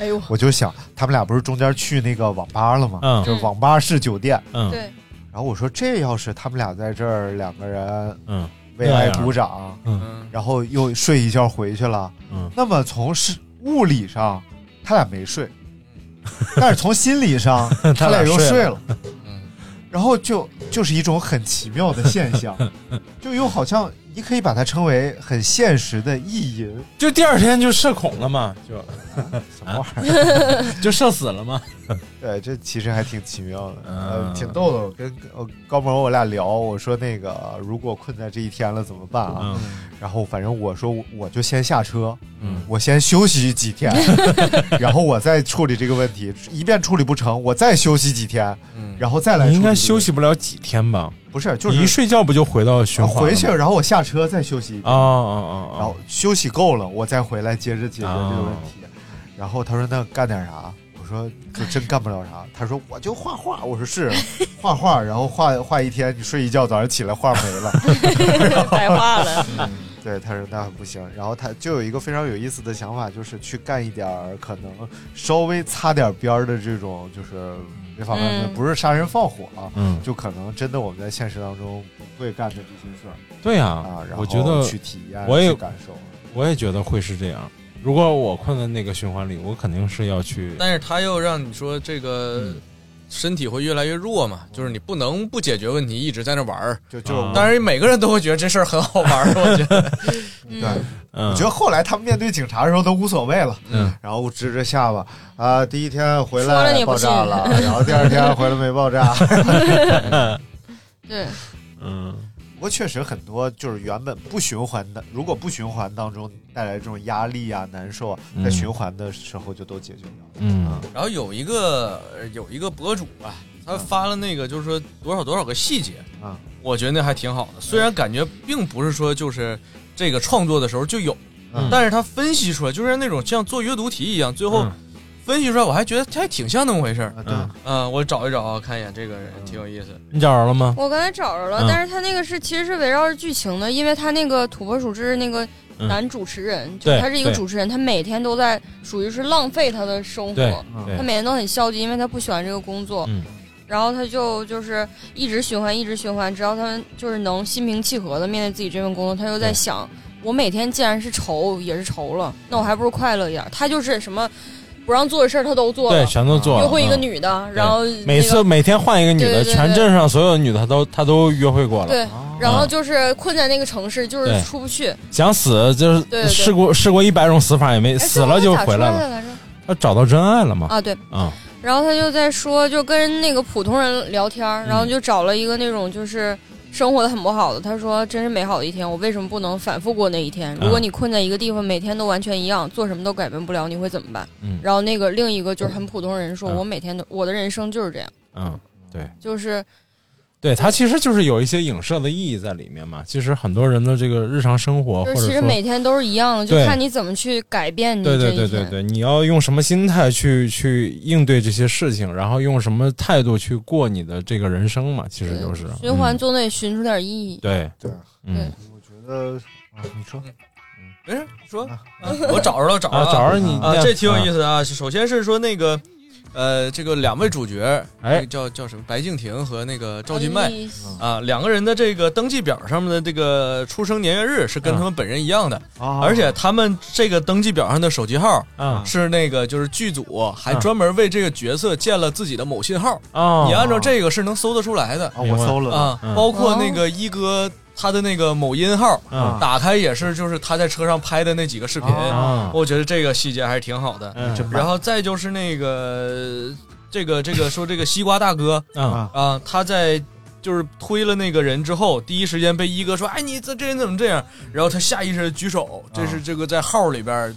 S10: 哎呦，
S8: 我就想他们俩不是中间去那个网吧了吗？
S9: 嗯
S8: 就是网吧是酒店，
S9: 嗯
S10: 对，
S8: 然后我说这要是他们俩在这儿两个人，
S9: 嗯，
S8: 为爱鼓掌，
S9: 嗯，
S8: 然后又睡一觉回去了，
S9: 嗯，
S8: 那么从是物理上他俩没睡，但是从心理上 他俩又睡了，嗯，然后就就是一种很奇妙的现 象，就又好像你可以把它称为很现实的意淫，
S9: 就第二天就社恐了嘛， 就什
S8: 么
S9: 玩意儿， 就社死了嘛。
S8: 对，这其实还挺奇妙的，呃，
S9: 嗯
S8: 挺逗的。我跟呃高萌我俩聊，我说那个如果困在这一天了怎么办啊？然后反正我说我我就先下车，
S9: 嗯
S8: 我先休息几 天，然后我再处理这个问题。一遍处理不成，我再休息几天，然后 再来
S9: 嗯你
S8: 处理
S9: 应
S8: 这个
S9: 该
S8: 问题。
S9: 休息不了几天吧？
S8: 不是就是啊
S9: 你一睡觉不就回到循环了吗
S8: 回去，然后我下车再休息一
S9: 哦
S8: 遍
S9: 哦哦
S8: 然后休息够了，我再回来接着解决这
S9: 啊
S8: 个问题。然后他说：“那干点啥？”我说：“就真干不了啥。”他说：“我就画画。”我说：“是，啊 画画，然后画画一天，你睡一觉，早上起来画没了，
S10: 白画 了。
S8: 嗯”对，他说：“那不行。”然后他就有一个非常有意思的想法，就是去干一点儿可能稍微擦点边儿的这种，就是违法犯罪，
S9: 嗯
S8: 不是杀人放火、啊，
S9: 嗯
S8: 就可能真的我们在现实当中不会干的这些事儿。
S9: 对呀、
S8: 啊，然后
S9: 我觉得
S8: 去体验，
S9: 我也
S8: 去感受。
S9: 我也觉得会是这样。如果我困在那个循环里，我肯定是要去。
S12: 但是他又让你说这个身体会越来越弱嘛，就是你不能不解决问题，一直在那玩儿。
S8: 就
S9: 就是
S12: 当然每个人都会觉得这事儿很好玩儿，我觉得。
S8: 对，
S9: 嗯
S8: 我觉得后来他们面对警察的时候都无所谓了，
S9: 嗯，
S8: 然后指着下巴啊，第一天回
S10: 说了
S8: 来
S10: 你
S8: 爆
S10: 不
S8: 炸
S10: 信
S8: 了，然后第二天回来没爆炸。
S10: 对，
S9: 嗯，
S8: 不过确实很多就是原本不循环的，如果不循环当中带来这种压力啊、难受啊，
S9: 嗯
S8: 在循环的时候就都解决掉了。
S9: 嗯，
S12: 然后有一个呃有一个博主啊，他发了那个就是说多少多少个细节
S8: 啊，
S12: 我觉得那还挺好的。虽然感觉并不是说就是这个创作的时候就有，
S8: 嗯
S12: 但是他分析出来就是那种像做阅读题一样，最后
S9: 嗯
S12: 分析出来，我还觉得还挺像那么回事儿。
S8: 对
S12: 嗯、我找一找啊，看一眼这个人挺有意思。
S9: 你找着了吗？
S10: 我刚才找着了，
S9: 嗯
S10: 但是他那个是其实是围绕着剧情的，因为他那个土拨鼠是那个
S9: 嗯
S10: 男主持人，就
S9: 对
S10: 是他是一个
S9: 对
S10: 主持人，他每天都在属于是浪费他的生
S9: 对
S10: 活，
S9: 对
S8: 嗯
S10: 他每天都很消极，因为他不喜欢这个工作。
S9: 嗯
S10: 然后他就就是一直循环，一直循环，直到他就是能心平气和的面对自己这份工作，他就在
S9: 对
S10: 想，我每天既然是愁，也是愁了，那我还不如快乐一点儿。他就是什么不让做的事儿他都做了，
S9: 对，全都做了。
S10: 约会一个
S9: 嗯
S10: 女的，
S9: 对
S10: 然后
S9: 每
S10: 那
S9: 次、
S10: 个
S9: 每天换一个女的，
S10: 对对对
S9: 全镇上所有的女的她都她都约会过了。
S10: 对，然后
S9: 嗯
S10: 就是困在那个城市，就是
S9: 对
S10: 出不去。
S9: 想死就
S10: 对
S9: 是
S10: 对
S9: 试过试过一百种死法也没
S10: 哎
S9: 死了就回来
S10: 最后他咋
S9: 了，
S10: 出来着
S9: 她找到真爱了嘛？
S10: 啊，对。
S9: 啊，
S10: 然后他就在说，就跟那个普通人聊天
S9: 嗯
S10: 儿，然后就找了一个那种就是生活的很不好的。他说：“真是美好的一天，我为什么不能反复过那一天？
S9: 嗯
S10: 如果你困在一个地方，每天都完全一样，做什么都改变不了，你会怎么办？”
S9: 嗯
S10: 然后那个另一个就是很普通人说：“
S9: 嗯
S10: 我每天都我的人生就是这样，
S9: 嗯，对
S10: 就是
S9: 对，它其实就是有一些影射的意义在里面嘛。其实很多人的这个日常生活，
S10: 就
S9: 哦或
S10: 是
S9: 者
S10: 其实
S9: 说
S10: 每天都是一样的，就
S9: 对
S10: 看你怎么去改变你这
S9: 对
S10: 一
S9: 对
S10: 天。
S9: 对对对，你要用什么心态去去应对这些事情，然后用什么态度去过你的这个人生嘛，其实就是
S10: 循环
S9: 嗯
S10: 总得寻出点意义。
S9: 对
S8: 对，
S9: 嗯，
S8: 我觉得啊，你说
S10: 嗯
S12: 没事，你说，我找着了，找着了，
S9: 啊找着你
S12: 啊
S9: 念，
S12: 这挺有意思的啊。首先是说那个，呃，这个两位主角，
S9: 哎
S12: 这个叫叫什么？白敬亭和那个赵今麦
S10: 哎
S12: 啊，两个人的这个登记表上面的这个出生年月日是跟他们本人一样的，
S8: 啊
S12: 而且他们这个登记表上的手机号
S9: 啊
S12: 是那个就是剧组还
S9: 啊
S12: 专门为这个角色建了自己的某信号，
S9: 哦
S12: 你按照这个是能搜得出来的
S8: 啊，我搜了
S12: 啊，包括那个一哥他的那个某音号
S9: 嗯，
S12: 打开也是就是他在车上拍的那几个视频
S9: 啊，
S12: 我觉得这个细节还是挺好的。
S9: 嗯
S12: 然后再就是那个这个这个说这个西瓜大哥
S9: 嗯
S12: 啊，他在。就是推了那个人之后，第一时间被一哥说：“哎，你这这人怎么这样？”然后他下意识地举手，这是这个在号里边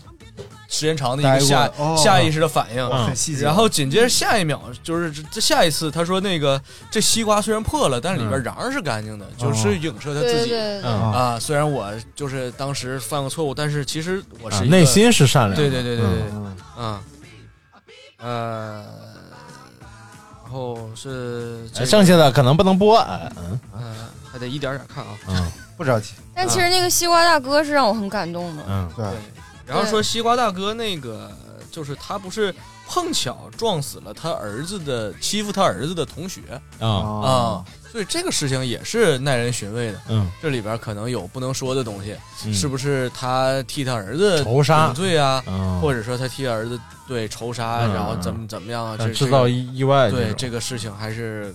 S12: 时间长的一个下
S8: 啊待过哦
S12: 下意识的反应。啊
S8: 哇很细节
S12: 然后紧接着下一秒就是这这下一次，他说那个这西瓜虽然破了，但是里
S8: 嗯
S12: 边瓤儿是干净的，
S8: 哦
S12: 就是影射他自己。
S10: 对对对
S9: 嗯
S12: 啊，虽然我就是当时犯过错误，但是其实我
S8: 啊
S12: 是一个、
S9: 内心是善良的
S12: 对对对对对，
S9: 嗯
S12: 嗯，呃，然后是这个、
S9: 哎
S12: 呃
S9: 剩下的可能不能播，嗯
S12: 嗯，还得一点点看啊。
S9: 嗯
S8: 不着急。
S10: 但其实那个西瓜大哥是让我很感动的。
S8: 嗯，
S9: 啊
S8: 对，
S12: 然后说西瓜大哥那个就是他不是碰巧撞死了他儿子的欺负他儿子的同学
S9: 啊
S10: 嗯
S12: 啊，所以这个事情也是耐人寻味的。
S9: 嗯，
S12: 这里边可能有不能说的东西，
S9: 嗯
S12: 是不是他替他儿子
S9: 仇杀
S12: 顶罪啊
S9: 嗯，
S12: 或者说他替儿子对仇杀，
S9: 嗯
S12: 然后怎么怎么样啊，
S9: 嗯
S12: 这
S9: 制造意外这
S12: 对
S9: 种
S12: 这个事情还是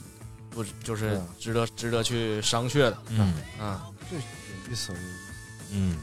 S12: 不就是
S9: 嗯
S12: 值得值得去商榷的。
S9: 嗯
S12: 啊，
S8: 这有意思，有意思。
S9: 嗯，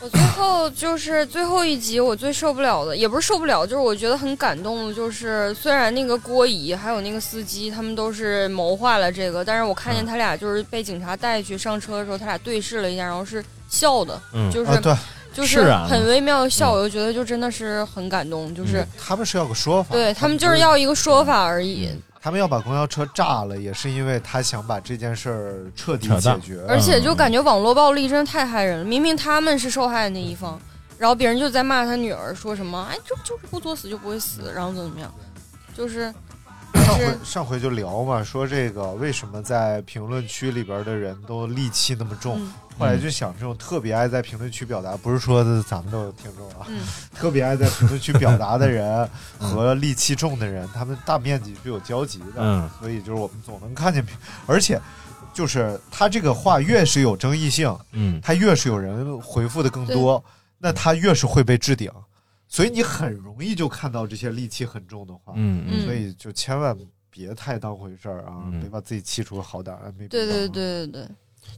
S10: 我最后就是最后一集，我最受不了的，也不是受不了，就是我觉得很感动的，就是虽然那个郭姨还有那个司机他们都是谋划了这个，但是我看见他俩就是被警察带去上车的时候，他俩对视了一下，然后是笑的，
S8: 嗯
S10: 就是、
S8: 啊对
S10: 就是
S8: 释然了
S10: 很微妙的笑，我就觉得就真的是很感动，就是、
S8: 他们是要个说法，
S10: 对他们就是要一个说法而已。
S8: 他们要把公交车炸了，也是因为他想把这件事儿彻底
S9: 扯
S8: 解
S9: 淡
S8: 决，嗯
S10: 而且就感觉网络暴力真的太害人了，明明他们是受害的那一方，然后别人就在骂他女儿，说什么哎，就就是不作死就不会死，然后怎么怎么样，就是嗯
S8: 上回上回就聊嘛，说这个为什么在评论区里边的人都戾气那么重？
S10: 嗯
S8: 后来就想，这种特别爱在评论区表达，不是说咱们的听众啊，
S10: 嗯
S8: 特别爱在评论区表达的人和戾气重的人，
S10: 嗯
S8: 他们大面积是有交集的。
S9: 嗯
S8: 所以就是我们总能看见评，而且就是他这个话越是有争议性，
S9: 嗯，
S8: 他越是有人回复的更多，那他越是会被置顶。所以你很容易就看到这些戾气很重的话，
S9: 嗯嗯
S8: 所以就千万别太当回事儿啊，别把自己气出好歹来，没必
S10: 对
S8: 要啊
S10: 对对对对，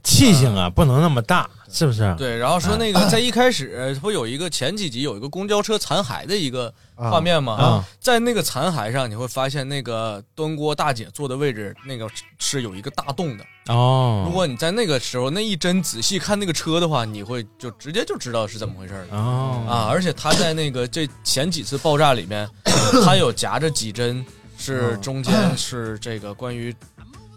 S9: 气性啊不能那么大，是不是？
S12: 对，然后说
S9: 嗯
S12: 那个在一开始不有一个前几集有一个公交车残骸的一个画面吗？
S9: 啊啊
S12: 在那个残骸上，你会发现那个端锅大姐坐的位置，那个是有一个大洞的。
S9: 哦，
S12: 如果你在那个时候那一帧仔细看那个车的话，你会就直接就知道是怎么回事了。
S9: 哦
S12: 啊，而且他在那个这前几次爆炸里面，他有夹着几帧是
S9: 嗯
S12: 中间是这个关于。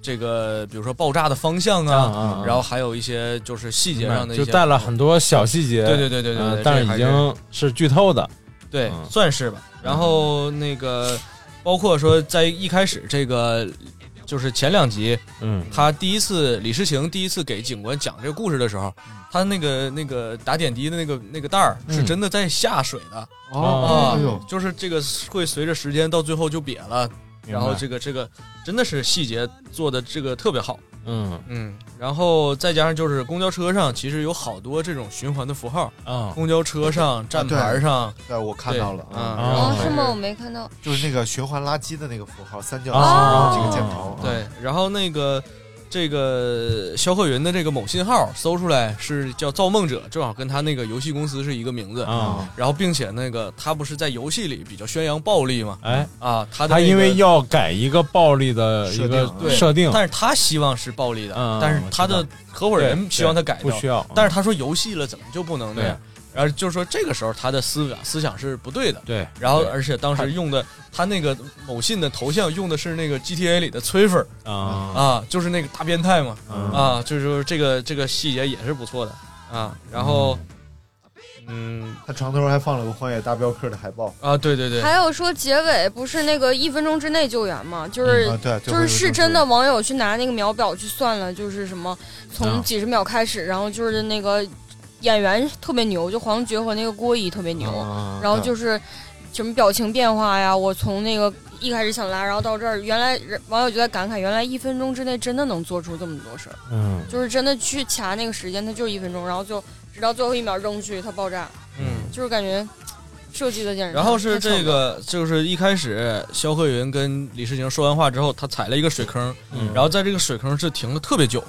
S12: 这个比如说爆炸的方向啊，
S9: 啊啊啊
S12: 然后还有一些就是细节上的一些，嗯
S9: 就带了很多小细节，
S12: 对对对对对对
S9: 呃
S12: 这
S9: 但
S12: 还
S9: 已
S12: 是
S9: 经嗯是剧透的，
S12: 对，算是吧。然后那个包括说在一开始这个就是前两集，
S9: 嗯，
S12: 他第一次李世情第一次给警官讲这个故事的时候，他那个那个打点滴的那个那个袋儿
S9: 嗯
S12: 是真的在下水的、
S9: 哦哎呦
S12: 啊，就是这个会随着时间到最后就瘪了。
S9: 明白
S12: 然后这个这个真的是细节做的这个特别好，
S9: 嗯
S12: 嗯，然后再加上就是公交车上其实有好多这种循环的符号
S9: 啊
S12: 公交车上、站牌上，
S8: 对我 看到了嗯
S12: 对啊，然后
S10: 哦，
S12: 还
S10: 是吗？我没看到。
S8: 就是那个循环垃圾的那个符号，三角形，
S12: 啊
S8: 然后几个箭头，
S12: 对，然后那个这个肖鹤云的这个某信号搜出来是叫造梦者，正好跟他那个游戏公司是一个名字
S9: 啊。
S12: 然后并且那个他不是在游戏里比较宣扬暴力嘛？
S9: 哎
S12: 啊，他的
S9: 他
S12: 那个
S9: 因为要改一个暴力的一个
S12: 对
S9: 设定，
S12: 但是他希望是暴力的，
S9: 嗯
S12: 但是他
S9: 我
S12: 的
S9: 知道
S12: 合伙人
S9: 对
S12: 希望他
S9: 对
S12: 改
S9: 不
S12: 掉，
S9: 需要嗯
S12: 但是他说游戏了怎么就不能那
S9: 对？
S12: 样
S9: 啊
S12: 然后就是说这个时候他的思想思想是不对的，
S9: 对
S12: 然后
S9: 对
S12: 而且当时用的他那个某信的头像用的是那个 GTA 里的崔粉儿
S9: 啊
S12: 啊，就是那个大变态嘛
S9: 嗯
S12: 啊，就是说这个这个细节也是不错的啊。然后嗯，
S8: 他床头还放了个《荒野大镖客》的海报
S12: 啊，对对对，
S10: 还有说结尾不是那个一分钟之内救援吗？就是、
S8: 嗯啊对
S10: 就是是真的网友去拿那个秒表去算了，就是什么从
S9: 啊
S10: 几十秒开始，然后就是那个演员特别牛，就黄觉和那个郭姨特别牛，
S9: 啊
S10: 然后就是什么表情变化呀，我从那个一开始想拉，然后到这儿，原来人网友就在感慨，原来一分钟之内真的能做出这么多事儿，
S9: 嗯
S10: 就是真的去掐那个时间，它就一分钟，然后就直到最后一秒扔出去，它爆炸，
S12: 嗯，
S10: 就是感觉设计的简直太。
S12: 然后是
S10: 嗯太巧了
S12: 这个，就是一开始肖鹤云跟李世情说完话之后，他踩了一个水坑，
S9: 嗯哦
S12: 然后在这个水坑是停了特别久，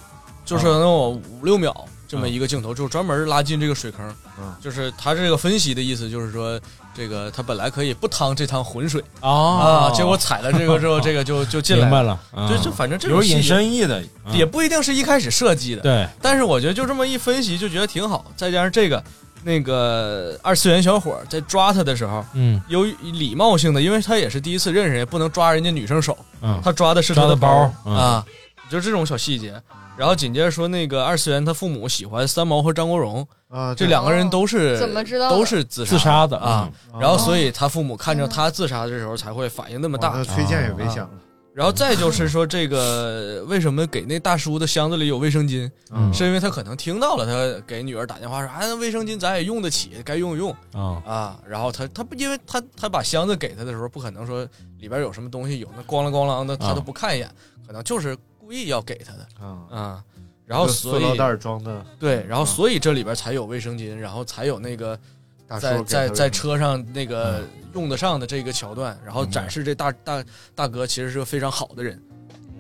S12: 就是能有五六秒这么一个镜头，就专门拉近这个水坑。
S8: 嗯
S12: 就是他这个分析的意思，就是说这个他本来可以不趟这趟浑水
S9: 哦
S12: 啊，结果踩了这 个之后，这个就就进来
S9: 明白了嗯
S12: 就就反正这
S9: 有
S12: 种
S9: 引
S12: 细节
S9: 申意的嗯
S12: 也不一定是一开始设计的，
S9: 对
S12: 但是我觉得就这么一分析，就觉得挺好。再加上这个那个二次元小伙在抓他的时候，
S9: 嗯，
S12: 由于礼貌性的，因为他也是第一次认识人，也不能抓人家女生手，
S9: 嗯
S12: 他抓的是他
S9: 抓的
S12: 包
S9: 包嗯
S12: 啊，就这种小细节。然后紧接着说，那个二次元他父母喜欢三毛和张国荣，
S8: 啊
S12: 这两个人都是、
S10: 哦怎么知道的
S12: 都是自
S9: 自杀的
S12: 的啊？
S9: 嗯
S8: 嗯
S12: 然后所以他父母看着他自杀的时候才会反应那么大，
S8: 哦那崔健也危险了
S12: 啊然后再就是说，这个为什么给那大叔的箱子里有卫生巾？
S9: 嗯
S12: 是因为他可能听到了，他给女儿打电话说：“哎，那卫生巾咱也用得起，该用用。
S9: 啊
S12: 啊。”然后他他不，因为他他把箱子给他的时候，不可能说里边有什么东西有那咣啷咣啷的，他
S8: 啊
S12: 都不看一眼，可能就是故意要给他的啊。然后
S8: 就
S12: 所以
S8: 塑料袋嗯装的
S12: 对，然后所以这里边才有卫生巾，然后才有那个
S8: 大叔
S12: 在
S8: 给他嗯
S12: 在
S8: 卫
S12: 在
S8: 生巾
S12: 车上那个用得上的这个桥段，然
S8: 嗯
S12: 后展示这大大大哥其实是个非常好的人。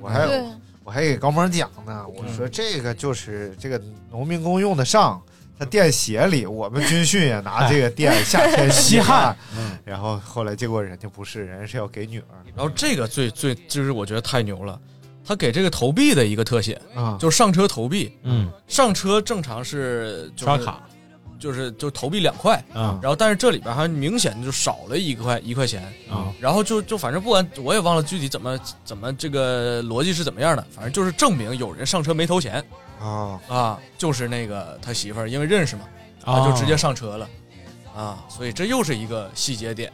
S8: 我还对我还给高萌讲呢，我说这个就是这个农民工用得上，他垫鞋里，我们军训也拿这个垫夏天
S12: 吸汗。
S8: 嗯然后后来结果人家不是，人家是要给女儿。
S12: 然后这个最最就是我觉得太牛了，他给这个投币的一个特写，
S8: 啊
S12: 就是上车投币，
S9: 嗯，
S12: 上车正常是、就是、
S9: 刷卡，
S12: 就是就投币两块，
S9: 嗯
S12: 然后但是这里边还明显就少了一块一块钱，
S9: 啊
S12: 然后就就反正不管我也忘了具体怎么怎么这个逻辑是怎么样的，反正就是证明有人上车没投钱
S8: 啊
S12: 啊，就是那个他媳妇儿因为认识嘛，
S9: 哦
S12: 啊他就直接上车了啊，所以这又是一个细节点。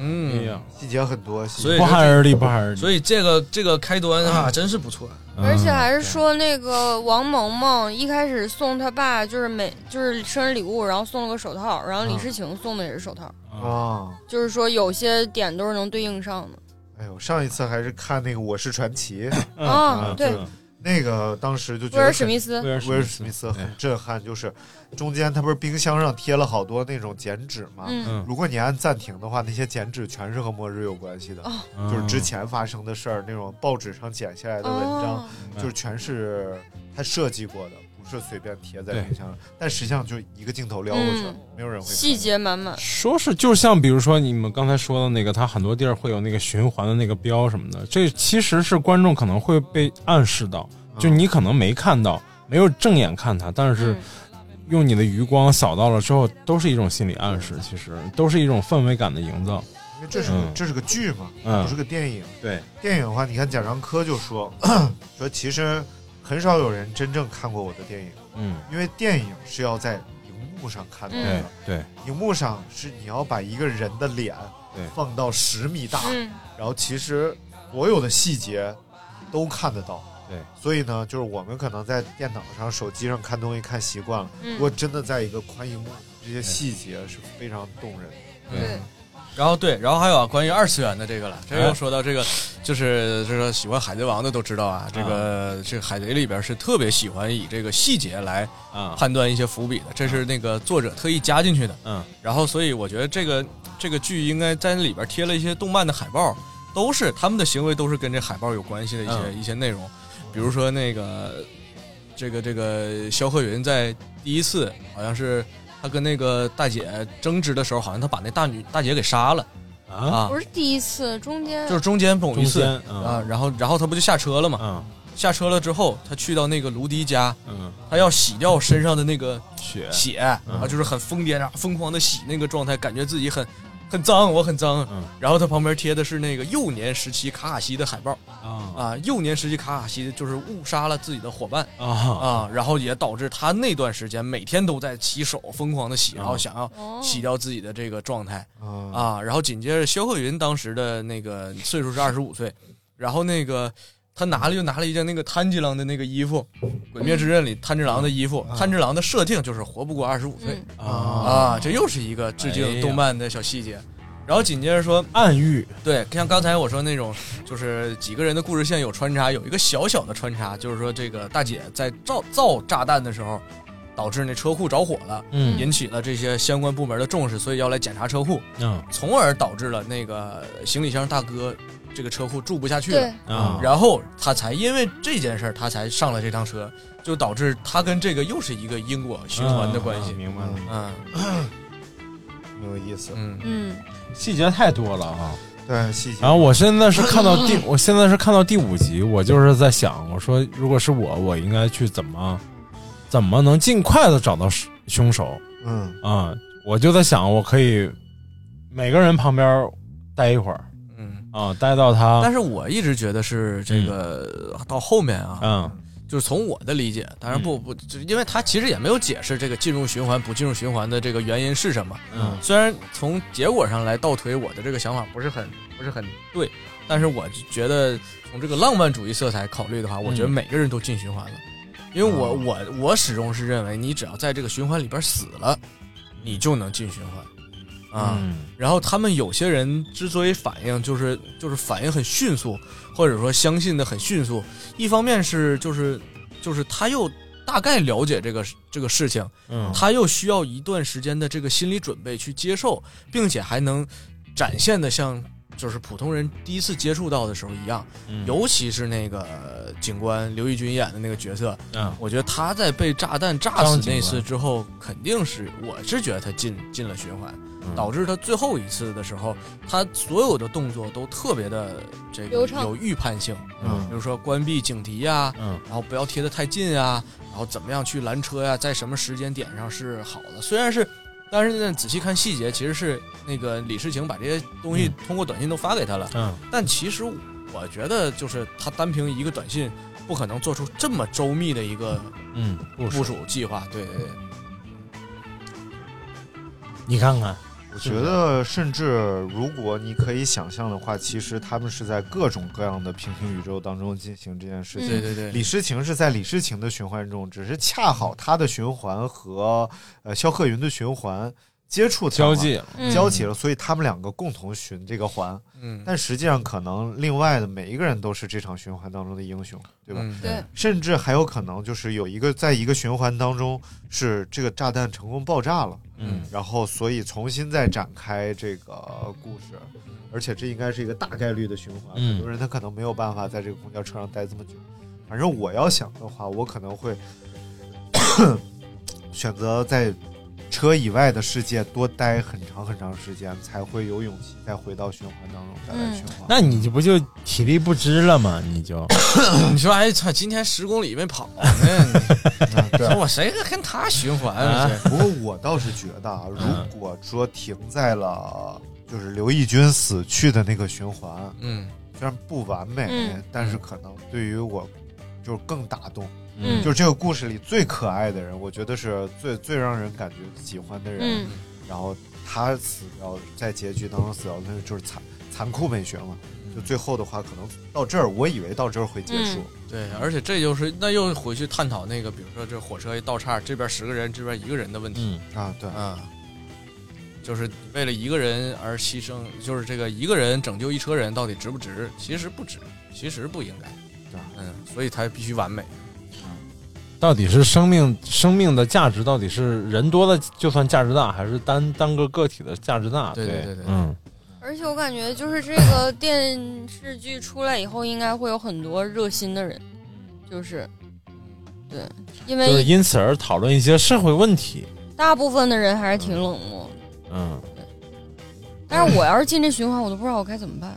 S12: 嗯哎呀
S8: 细节很多，细节
S12: 所以
S9: 不寒而栗不寒而栗嗯
S12: 所以这个这个开端啊，真是不错。
S10: 而且还是说那个王萌萌一开始送他爸就是每就是生日礼物，然后送了个手套，然后李诗情送的也是手套，
S8: 啊，
S10: 就是说有些点都是能对应上的。
S8: 哎呦，上一次还是看那个《我是传奇》
S10: 嗯啊对
S8: 就那个当时就觉得
S10: 威尔
S8: 很
S10: 史密斯
S8: 威
S10: 威
S8: 尔
S10: 尔
S8: 史密斯很震撼，就是中间他不是冰箱上贴了好多那种剪纸嘛，
S10: 嗯
S8: 如果你按暂停的话，那些剪纸全是和末日有关系的，
S12: 嗯
S9: 哦
S8: 就是之前发生的事儿，那种报纸上剪下来的文章，
S9: 哦明白
S8: 就是全是他设计过的，不是随便贴在
S9: 对
S8: 冰箱上，但实际上就一个镜头撩过去了，
S10: 嗯
S8: 没有人会看
S10: 细节满
S12: 嗯
S10: 满。
S9: 说是就像比如说你们刚才说的那个，它很多地儿会有那个循环的那个标什么的，这其实是观众可能会被暗示到，
S12: 啊
S9: 就你可能没看到，没有正眼看它，但
S10: 嗯
S9: 是用你的余光扫到了之后，都是一种心理暗示，其实都是一种氛围感的营造。
S8: 因为这是个、
S9: 嗯
S8: 这是个剧嘛，
S9: 嗯
S8: 不是个电影。
S9: 对
S8: 电影的话，你看贾樟柯就说 说，其实很少有人真正看过我的电影，
S9: 嗯，
S8: 因为电影是要在荧幕上看到
S12: 嗯
S8: 的
S9: 对，对，
S8: 荧幕上是你要把一个人的脸
S9: 对
S8: 放到十米大，
S10: 嗯
S8: 然后其实所有的细节都看得到。
S9: 对，
S8: 所以呢，就是我们可能在电脑上、手机上看东西看习惯了，
S10: 嗯
S8: 如果真的在一个宽荧幕，这些细节是非常动人的。
S12: 对，然后对，然后还有啊，关于二次元的这个了，这又说到这个，就是这个喜欢海贼王的都知道啊，这个这个海贼里边是特别喜欢以这个细节来
S9: 啊
S12: 判断一些伏笔的，这是那个作者特意加进去的。
S9: 嗯，
S12: 然后所以我觉得这个这个剧应该在那里边贴了一些动漫的海报，都是他们的行为都是跟这海报有关系的一些、
S9: 嗯
S12: 一些内容，比如说那个这个这个肖鹤云在第一次好像是他跟那个大姐争执的时候，好像他把那大女大姐给杀了啊
S10: 不是第一次，中间
S12: 就是中间某一次
S9: 中间嗯
S12: 啊，然后然后他不就下车了嘛？下车了之后，他去到那个卢迪家，
S9: 嗯，
S12: 他要洗掉身上的那个
S9: 血
S12: 血
S9: 嗯
S12: 啊，就是很疯癫啊，疯狂的洗那个状态，感觉自己很很脏，我很脏。然后他旁边贴的是那个幼年时期卡卡西的海报
S9: 啊
S12: 啊，幼年时期卡卡西就是误杀了自己的伙伴
S9: 啊
S12: 然后也导致他那段时间每天都在洗手，疯狂的洗，然后想要洗掉自己的这个状态。啊，然后紧接着肖鹤云当时的那个岁数是二十五岁，然后那个他拿了又拿了一件那个炭治郎的那个衣服，《鬼灭之刃》里炭治郎的衣服，炭治郎的设定就是活不过二十五
S10: 嗯
S12: 岁、
S9: 嗯
S12: 啊，这又是一个致
S9: 哎
S12: 敬
S9: 呀
S12: 动漫的小细节。然后紧接着说
S9: 暗喻，
S12: 对，像刚才我说那种，就是几个人的故事线有穿插，有一个小小的穿插，就是说这个大姐在造造炸弹的时候，导致那车库着火了，
S9: 嗯
S12: 引起了这些相关部门的重视，所以要来检查车库，
S9: 嗯
S12: 从而导致了那个行李箱大哥这个车库住不下去了
S9: 对，啊
S12: 然后他才因为这件事儿，他才上了这趟车，就导致他跟这个又是一个因果循环的关系，
S9: 嗯明白了
S12: 嗯，
S8: 很有意思。
S12: 嗯
S10: 嗯，
S9: 细节太多了啊。
S8: 对细节。
S9: 然后我现在是看到第， 我现在是看到第五集，我就是在想，我说如果是我，我应该去怎么，怎么能尽快的找到是凶手
S8: 嗯
S9: 啊、我就在想，我可以每个人旁边待一会儿，
S12: 嗯
S9: 啊，待到他，
S12: 但是我一直觉得是这个、到后面啊，
S9: 嗯，
S12: 就是从我的理解，当然
S11: 嗯
S12: 不不，就是因为他其实也没有解释这个进入循环不进入循环的这个原因是什么。
S11: 嗯
S12: 虽然从结果上来倒推我的这个想法不是很不是很对，但是我就觉得从这个浪漫主义色彩考虑的话，我觉得
S11: 嗯哦
S12: 每个人都进循环了，因为我我我始终是认为你只要在这个循环里边死了，你就能进循环。啊，
S11: 嗯
S12: 然后他们有些人之所以反应就是就是反应很迅速，或者说相信的很迅速，一方面是就是就是他又大概了解这个这个事情，
S11: 嗯
S12: 他又需要一段时间的这个心理准备去接受，并且还能展现的像就是普通人第一次接触到的时候一样，
S11: 嗯
S12: 尤其是那个警官刘奕君演的那个角色，
S9: 嗯
S12: 我觉得他在被炸弹炸
S9: 张
S12: 死
S9: 警
S12: 那
S9: 官
S12: 次之后，肯定是我是觉得他进进了循环，导致他最后一次的时候，他所有的动作都特别的这个
S11: 流畅
S12: 有预判性，
S11: 嗯
S12: 比如说关闭警笛呀、
S9: 嗯，
S12: 然后不要贴得太近啊，然后怎么样去拦车呀、在什么时间点上是好的，虽然是。但是呢，仔细看细节，其实是那个李世情把这些东西通过短信都发给他了。
S9: 嗯，
S12: 但其实我觉得，就是他单凭一个短信，不可能做出这么周密的一个
S9: 嗯部署
S12: 部署计划。对对对，
S9: 你看看，
S8: 我觉得，甚至如果你可以想象的话，其实他们是在各种各样的平行宇宙当中进行这件事情。
S12: 对对对
S8: 李诗情是在李诗情的循环中，只是恰好他的循环和呃萧鹤云的循环接触上了
S9: 交界嗯
S8: 交集了，所以他们两个共同循这个环。
S12: 嗯
S8: 但实际上可能另外的每一个人都是这场循环当中的英雄，对吧？
S12: 嗯对
S8: 甚至还有可能就是有一个在一个循环当中是这个炸弹成功爆炸了。
S9: 嗯
S8: 然后所以重新再展开这个故事，而且这应该是一个大概率的循环。
S9: 嗯
S8: 很多人他可能没有办法在这个公交车上待这么久。反正我要想的话，我可能会 选择在车以外的世界多待很长很长时间，才会有勇气再回到循环当中再来循环。
S9: 那你就不就体力不支了吗？你就
S12: 你说，哎操，今天十公里没跑， 那
S8: 对
S12: 说我谁跟他循环
S8: 啊
S12: 啊？
S8: 不过我倒是觉得，啊，如果说停在了就是刘奕君死去的那个循环，
S12: 嗯，
S8: 虽然不完美，
S12: 嗯
S8: 但是可能对于我就是更打动。
S12: 嗯
S8: 就是这个故事里最可爱的人，我觉得是最最让人感觉喜欢的人。
S12: 嗯
S8: 然后他死掉，在结局当中死掉，那就是残残酷美学嘛。
S12: 嗯
S8: 就最后的话，可能到这儿，我以为到这儿会结束。
S12: 对，而且这就是那又回去探讨那个，比如说这火车一倒岔，这边十个人，这边一个人的问题。
S8: 啊，对
S12: 啊，就是为了一个人而牺牲，就是这个一个人拯救一车人，到底值不值？其实不值，其实不应该。嗯，所以才必须完美。
S9: 到底是生命生命的价值，到底是人多的就算价值大，还是单单个个体的价值大？
S12: 对
S9: 对
S12: 对对对
S9: 嗯，
S10: 而且我感觉就是这个电视剧出来以后，应该会有很多热心的人，就是，对，因
S9: 就是
S10: 为
S9: 因此而讨论一些社会问题。
S10: 大部分的人还是挺冷漠的。
S9: 嗯，
S10: 但是我要是进这循环，我都不知道我该怎么办，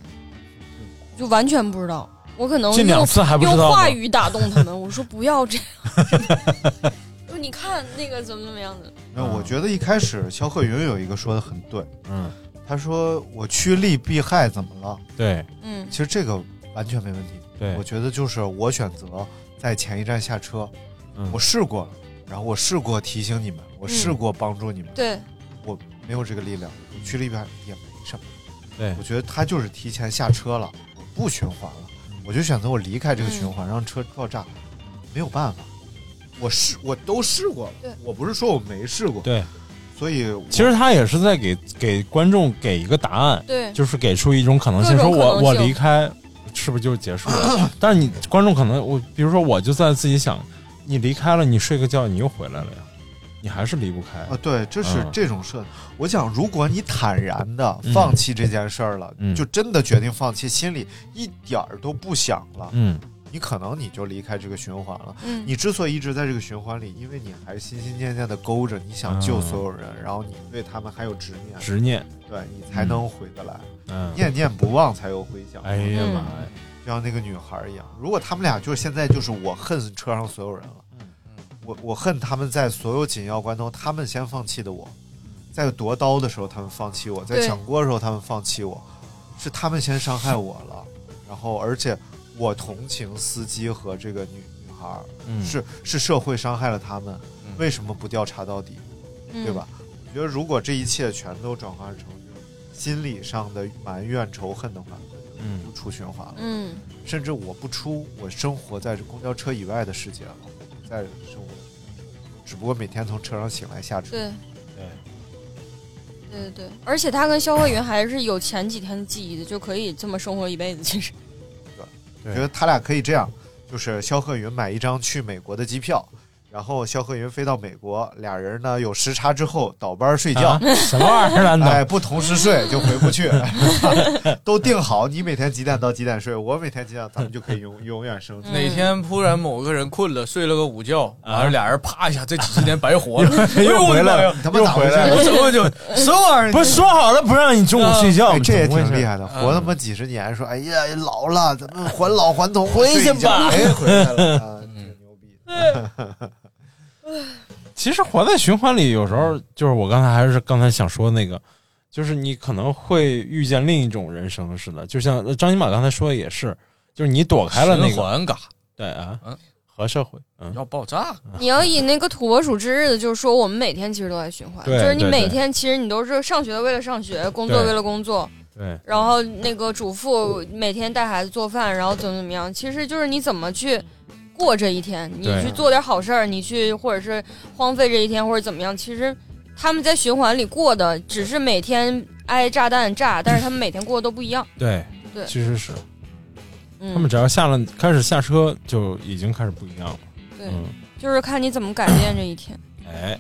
S10: 就完全不知道。我可能
S9: 进两
S10: 用
S9: 次还不知道吗
S10: 用话语打动他们，我说不要这样。 就你看那个怎么怎么样的，
S8: 那我觉得一开始萧鹤云有一个说的很对，
S9: 嗯，
S8: 他说我趋利避害怎么了？
S9: 对，
S10: 嗯
S8: 其实这个完全没问题。
S9: 对
S8: 我觉得就是我选择在前一站下车，
S9: 嗯
S8: 我试过了，然后我试过提醒你们，我试过帮助你们，
S10: 对，
S8: 我没有这个力量，我趋利避害也没什么。
S9: 对
S8: 我觉得他就是提前下车了，我不循环了，
S9: 嗯
S8: 我就选择我离开这个循环，让车爆炸，没有办法。我试，我都试过了，我不是说我没试过，
S9: 对，
S8: 所以我
S9: 其实他也是在给给观众给一个答案，
S10: 对
S9: 就是给出一种可能性，
S11: 各
S9: 说
S11: 种
S9: 我
S11: 可能
S9: 我
S11: 性
S9: 离开是不是就结束了？ 但是你观众可能我，比如说我就在自己想，你离开了，你睡个觉，你又回来了呀，你还是离不开
S8: 啊，对，这是
S9: 嗯
S8: 这种事。我想，如果你坦然的
S9: 嗯
S8: 放弃这件事儿了，
S9: 嗯
S8: 就真的决定放弃，心里一点儿都不想了，
S9: 嗯，
S8: 你可能你就离开这个循环了。
S9: 嗯
S8: 你之所以一直在这个循环里，因为你还心心念念的勾着，你想救
S9: 嗯
S8: 所有人，然后你对他们还有执念，
S9: 执念，
S8: 对你才能回得来，
S9: 嗯
S8: 念念不忘才有回响。
S9: 哎呀妈呀！
S8: 就像那个女孩一样，如果他们俩就是现在就是我恨车上所有人了，我我恨他们在所有紧要关头他们先放弃的我，在夺刀的时候他们放弃我，在
S9: 对
S8: 抢锅的时候他们放弃我，是他们先伤害我了，然后而且我同情司机和这个女女孩孩儿，
S4: 嗯
S8: 是是社会伤害了他们，为什么不调查到底，
S4: 嗯
S8: 对吧？我觉得如果这一切全都转化成这种心理上的埋怨、仇恨的话，
S9: 嗯，
S8: 不出循环了，
S10: 嗯，
S8: 甚至我不出，我生活在这公交车以外的世界了，我不在生活，只不过每天从车上醒来下车，
S10: 对
S8: 对，
S10: 对对对，而且他跟肖慧云还是有前几天的记忆的，就可以这么生活一辈子。其实，
S8: 觉得他俩可以这样，就是肖鹤云买一张去美国的机票，然后肖鹤云飞到美国，俩人呢有时差之后倒班睡觉，
S9: 啊什么玩意儿啊你
S8: 哎，不同时睡就回不去， 都定好，你每天几点到几点睡，我每天几点，咱们就可以永永远生
S9: 嗯
S8: 存。
S12: 哪天突然某个人困了，睡了个午觉，完了俩人啪一下，这几十年白活了，
S9: 啊 又回来了
S12: 哎呦我的妈呀
S9: 他妈又回
S8: 啊
S9: 来了
S12: 我怎么就什么玩意儿？
S9: 不是说好了不让你中午睡觉
S8: 哎这也
S9: 怎么回
S8: 挺
S9: 事
S8: 厉害的，活他妈几十年，说哎呀老了，咱们还老还童，
S4: 回去
S8: 睡一觉
S4: 吧
S8: 哎 回来了，啊挺牛逼的。
S9: 其实活在循环里，有时候就是我刚才还是刚才想说那个，就是你可能会遇见另一种人生似的，就像呃张金宝刚才说的也是，就是你躲开了那
S12: 循环
S9: 个，对啊，和社会，嗯，
S12: 要爆炸，
S10: 你要以那个土拨鼠之日的，就是说我们每天其实都在循环，就
S9: 对
S10: 是你
S9: 对
S10: 每
S9: 对
S10: 天其实你都是上学为了上学，工作
S9: 对
S10: 为了工作，
S9: 对，
S10: 然后那个主妇每天带孩子做饭，然后怎么怎么样，其实就是你怎么去过这一天，你
S9: 对
S10: 去做点好事儿，你去或者是荒废这一天或者怎么样，其实他们在循环里过的只是每天挨炸弹炸，但是他们每天过的都不一样。
S9: 对，
S10: 对
S9: 其实是
S10: 嗯
S9: 他们只要下了开始下车就已经开始不一样了，
S10: 对，
S9: 嗯，
S10: 就是看你怎么改变这一天。
S9: 哎，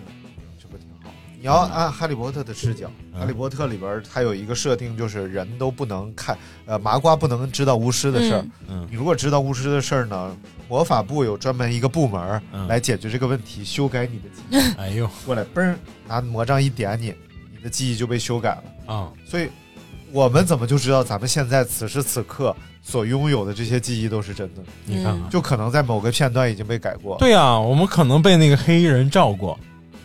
S8: 你要按《哈利波特》的视角，哈利波特》里边它有一个设定，就是人都不能看，呃，麻瓜不能知道巫师的事儿。
S9: 嗯
S8: 你如果知道巫师的事儿呢，魔法部有专门一个部门儿来解决这个问题，修改你的记忆。
S9: 嗯哎呦，
S8: 过来，嘣儿，拿魔杖一点你，你的记忆就被修改了。
S10: 嗯
S9: 啊，
S8: 所以我们怎么就知道咱们现在此时此刻所拥有的这些记忆都是真的？
S9: 你看看啊
S8: 就可能在某个片段已经被改过。
S9: 对呀、我们可能被那个黑衣人照过，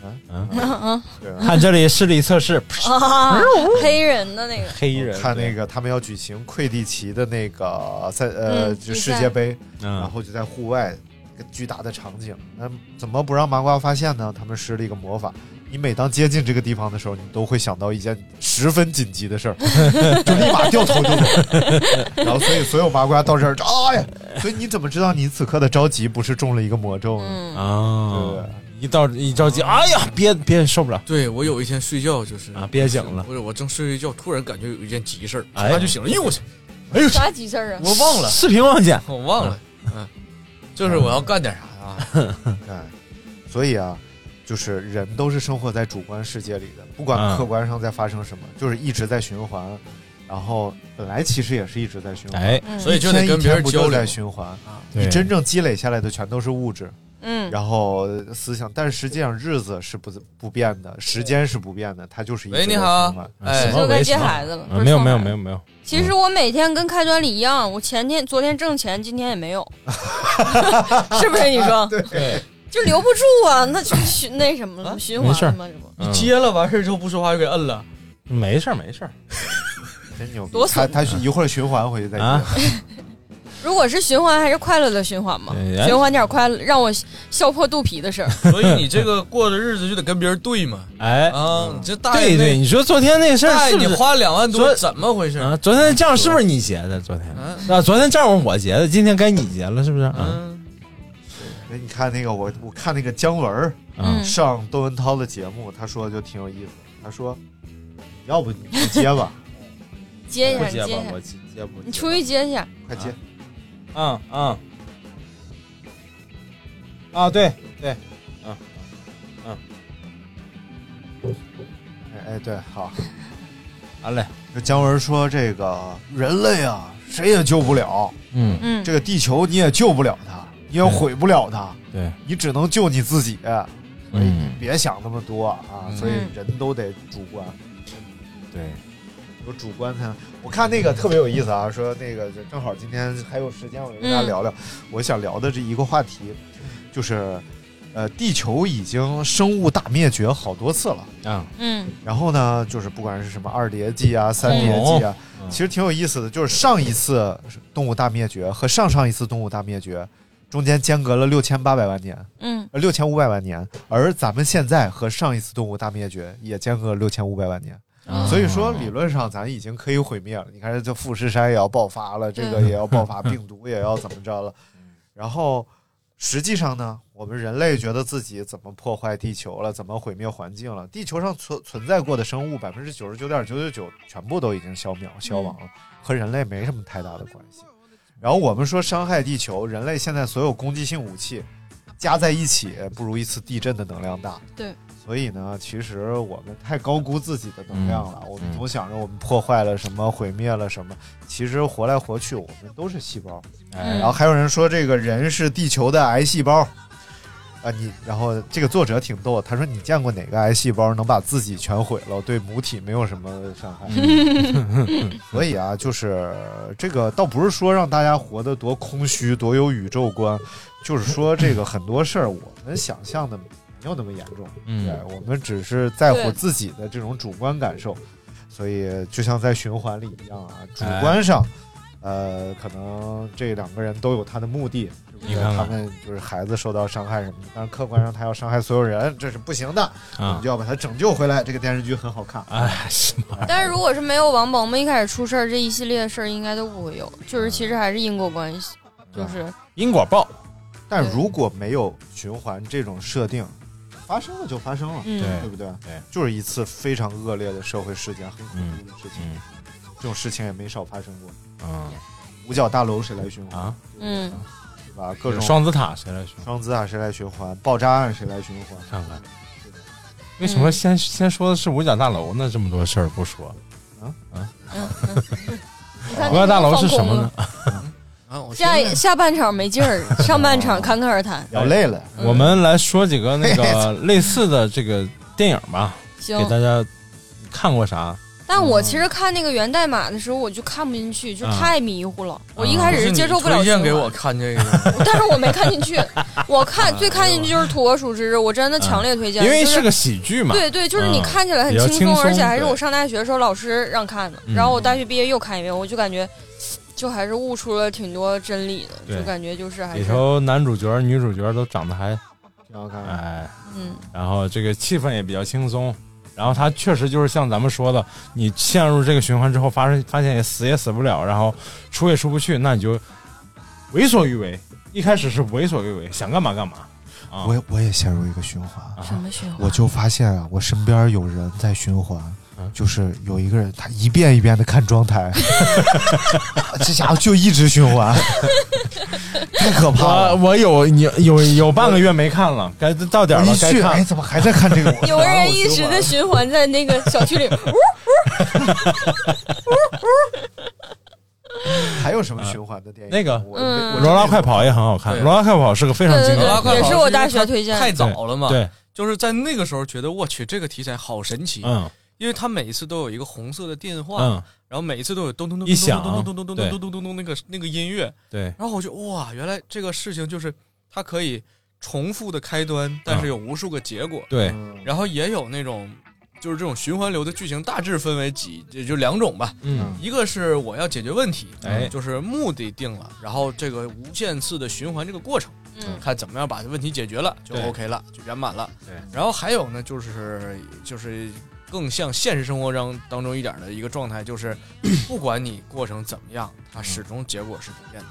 S8: 啊
S9: 嗯
S10: 嗯
S8: 嗯
S9: 看这里视力测试，
S10: 啊，黑人的那个，
S9: 黑衣人
S8: 看那个他们要举行魁地奇的那个赛呃、
S10: 嗯
S8: 就
S10: 比
S8: 世
S10: 赛
S8: 界杯，
S9: 嗯
S8: 然后就在户外一个巨大的场景，那怎么不让麻瓜发现呢？他们施了一个魔法。你每当接近这个地方的时候，你都会想到一件十分紧急 的事儿，就立马掉头就走。然后，所以所有麻瓜到这儿，哎呀！所以你怎么知道你此刻的着急不是中了一个魔咒
S10: 嗯
S8: 呢？
S9: 啊，一到一着急，哎呀，憋憋受不了，
S12: 对我有一天睡觉就是
S9: 啊憋醒了
S12: 不是我正睡着觉，突然感觉有一件急事儿，
S9: 哎
S12: 他就醒了，哎呦我去，哎呦
S10: 啥急事儿啊？
S12: 我忘了，
S9: 视频忘记
S12: 我忘了，嗯，就是我要干点啥啊？
S8: 哎，所以啊，就是人都是生活在主观世界里的，不
S12: 嗯
S8: 管客观上在发生什么，就是一直在循环。然后本来其实也是一直在循环，
S9: 哎
S10: 嗯
S12: 所以就得
S8: 一天
S12: 跟别人
S8: 一天不
S12: 交
S8: 就
S12: 流
S8: 在循环
S12: 啊。
S8: 你
S9: 对
S8: 真正积累下来的全都是物质，
S10: 嗯
S8: 然后思想，但是实际上日子是不不变的，时间是不变的，它
S9: 嗯
S8: 就是一直在
S12: 喂，你
S8: 循
S12: 好
S8: 环。，
S12: 哎，
S10: 就该接孩子了。不
S9: 啊
S10: 是
S9: 没有
S10: 送
S9: 没有
S10: 孩子
S9: 没有没有，
S10: 其实我每天跟开端里一样，我前天、昨天挣钱，今天也没有，是不是？你说
S9: 对，
S10: 就留不住啊，那就循那什么了，循
S9: 啊没
S10: 环
S9: 事
S10: 了
S9: 儿
S10: 嘛，这不
S9: 嗯
S12: 你接了完事儿之后不说话就给 摁了，
S9: 没事儿没事儿，
S8: 真牛
S10: 多
S8: 它
S10: 损
S8: 它一会儿循环回去再
S9: 啊
S8: 接。
S10: 如果是循环，还是快乐的循环嘛，
S9: 对
S10: 循环点快乐，让我笑破肚皮的事儿。
S12: 所以你这个过的日子就得跟别人对嘛
S9: 哎，
S12: 啊！你这大爷
S9: 对对，
S12: 那
S9: 你说昨天那事
S12: 大
S9: 儿
S12: 爷
S9: 是不
S12: 你
S9: 是
S12: 花两万多
S9: 昨
S12: 怎么回事？
S9: 啊？昨天的账是不是你结的？昨
S12: 嗯
S9: 天啊，昨天账是我结的，今天该你结了，是不是？
S12: 嗯
S9: 啊，
S8: 哎，你看那个我我看那个姜文儿
S9: 嗯
S8: 上窦文涛的节目，他说就挺有意思，他说要不你就接吧，
S10: 接一
S9: 不
S10: 下，
S9: 结
S10: 接一
S9: 吧，
S10: 下
S9: 我，结结不
S10: 你？出去接一下。
S8: 快
S9: 啊
S8: 接。
S9: 嗯嗯，啊对对，嗯嗯，
S8: 哎哎，对，好，
S9: 好嘞。
S8: 就姜文说这个人类啊，谁也救不了，
S9: 嗯
S10: 嗯
S8: 这个地球你也救不了它，你也毁不了它，
S9: 对，
S8: 你只能救你自己。
S9: 嗯
S8: 别想那么多啊，所以
S9: 嗯
S8: 人都得主观，
S9: 对，
S8: 有主观才能。我看那个特别有意思啊，说那个就正好今天还有时间，我就跟大家聊聊、我想聊的这一个话题，就是呃，地球已经生物大灭绝好多次了。
S9: 啊，
S10: 嗯
S8: 然后呢，就是不管是什么二叠纪啊、三叠纪啊，其实挺有意思的。就是上一次动物大灭绝和上上一次动物大灭绝中间间隔了六千八百万年，
S10: 嗯，
S8: 六千五百万年，而咱们现在和上一次动物大灭绝也间隔了六千五百万年。
S9: 啊
S8: 所以说，理论上咱已经可以毁灭了。你看，这富士山也要爆发了，这个也要爆发，
S4: 嗯
S8: 病毒也要怎么着了。然后，实际上呢，我们人类觉得自己怎么破坏地球了，怎么毁灭环境了。地球上存存在过的生物，百分之九十九点九九九全部都已经消渺消亡了，和人类没什么太大的关系。然后我们说伤害地球，人类现在所有攻击性武器加在一起，不如一次地震的能量大。
S10: 对，
S8: 所以呢，其实我们太高估自己的能量了。我们总想着我们破坏了什么，毁灭了什么，其实活来活去，我们都是细胞。
S4: 哎
S10: 嗯
S8: 然后还有人说这个人是地球的癌细胞。啊，你然后这个作者挺逗，他说你见过哪个癌细胞能把自己全毁了，对母体没有什么伤害？ 所以啊，就是这个倒不是说让大家活得多空虚、多有宇宙观，就是说这个很多事儿我们想象的没有那么严重，
S4: 嗯
S8: 对，我们只是在乎
S4: 对
S8: 自己的这种主观感受，所以就像在循环里一样啊，主观上。呃，可能这两个人都有他的目的，是不
S9: 你
S8: 是？
S9: 看看
S8: 他们就是孩子受到伤害什么的，但是客观上他要伤害所有人，这是不行的，我
S9: 啊
S8: 们就要把他拯救回来。这个电视剧很好看，
S9: 哎，是吗？
S10: 但是如果是没有王蒙们一开始出事儿，这一系列的事儿应该都不会有，就是其实还是因果关系，就是
S8: 因果报。但如果没有循环这种设定，发生了就发生了，
S10: 嗯对
S8: 对不对？对，就是一次非常恶劣的社会事件，很恐怖的事情，这种事情也没少发生
S9: 啊
S8: 过。嗯，五角大楼谁来循环？
S10: 嗯，
S8: 对吧？各种
S9: 双子塔谁来说？
S8: 双子塔谁来循环？爆炸啊案谁来循环？
S9: 看看为
S10: 嗯
S9: 什么先、先说的是五角大楼呢？这么多事儿不说，
S8: 啊
S9: 啊
S10: 嗯，
S9: 五角大楼是什么
S10: 啊
S9: 呢？？
S10: 下一下半场没劲 儿，上半场侃侃而谈。
S8: 聊累了，
S9: 我们来说几个那 个类似的这个电影吧，
S10: 行
S9: 给大家看过啥？
S10: 但我其实看那个源代码的时候，我就看不进去，就
S9: 啊
S10: 太迷糊了。我一开始是接受不了
S12: 推
S10: 循
S12: 荐给
S10: 环，
S12: 我看 这个，
S10: 但是我没看进 去。我看
S9: 啊
S10: 最看进去就是《土拨鼠之日》，我真的强烈推荐，
S9: 因为
S10: 就是
S9: 啊个喜剧嘛。
S10: 对对，就是你
S9: 嗯
S10: 看起来很
S9: 比较
S10: 轻
S9: 轻松，
S10: 而且还是
S9: 对
S10: 我上大学的时候老师让看的。
S9: 嗯
S10: 然后我大学毕业又看一遍，我就感觉，就还是悟出了挺多真理的，
S9: 对
S10: 就感觉就是还
S9: 里
S10: 是
S9: 头男主角、女主角都长得还
S8: 挺好看，
S9: 哎，
S10: 嗯，
S9: 然后这个气氛也比较轻松。然后他确实就是像咱们说的，你陷入这个循环之后，发生发现也死也死不了，然后出也出不去，那你就为所欲为。一开始是为所欲为，想干嘛干嘛。啊，
S8: 我也我也陷入一个循环，
S10: 什么循环？
S8: 我就发现啊，我身边有人在循环，
S9: 嗯
S8: 就是有一个人，他一遍一遍的看妆 台，这家伙就一直循环，太可怕了。
S9: 我我有你有有半个月没看了，该到点儿
S8: 我
S9: 了
S8: 一，
S9: 该
S8: 去，
S9: 看。
S8: 哎，怎么还在看这 个？
S10: 有个人一直
S8: 啊
S10: 在循环在那个小区里，
S8: 还有什么循环的电影？
S9: 那个
S8: 我
S10: 嗯
S9: 罗拉快跑也很好看，
S12: 对
S9: 罗拉快跑是个非常经典
S12: 对
S9: 的
S12: 对对
S9: 电
S12: 也
S9: 影，
S12: 是
S10: 我大学推荐的
S12: 太早了嘛，
S9: 对对，
S12: 就是在那个时候觉得我去这个题材好神奇，
S9: 嗯，
S12: 因为它每一次都有一个红色的电话，
S9: 嗯
S12: 然后每一次都有咚咚咚
S9: 一响
S12: 咚咚咚咚咚
S9: 对
S12: 咚咚咚咚咚那个那个音乐，
S9: 对
S12: 然后我就哇，原来这个事情就是它可以重复的开端，但是有无数个结果，
S9: 对，
S12: 然后也有那种。就是这种循环流的剧情，大致分为几，也就两种吧。
S9: 嗯，
S12: 一个是我要解决问题，嗯
S9: 哎
S12: 就是目的定了，然后这个无限次的循环这个过程，
S10: 嗯
S12: 看怎么样把问题解决了就
S9: 对
S12: OK 了，就圆满了。
S9: 对
S12: 然后还有呢，就是就是更像现实生活中当中一点的一个状态，就是 不管你过程怎么样，它始终结果是不变的。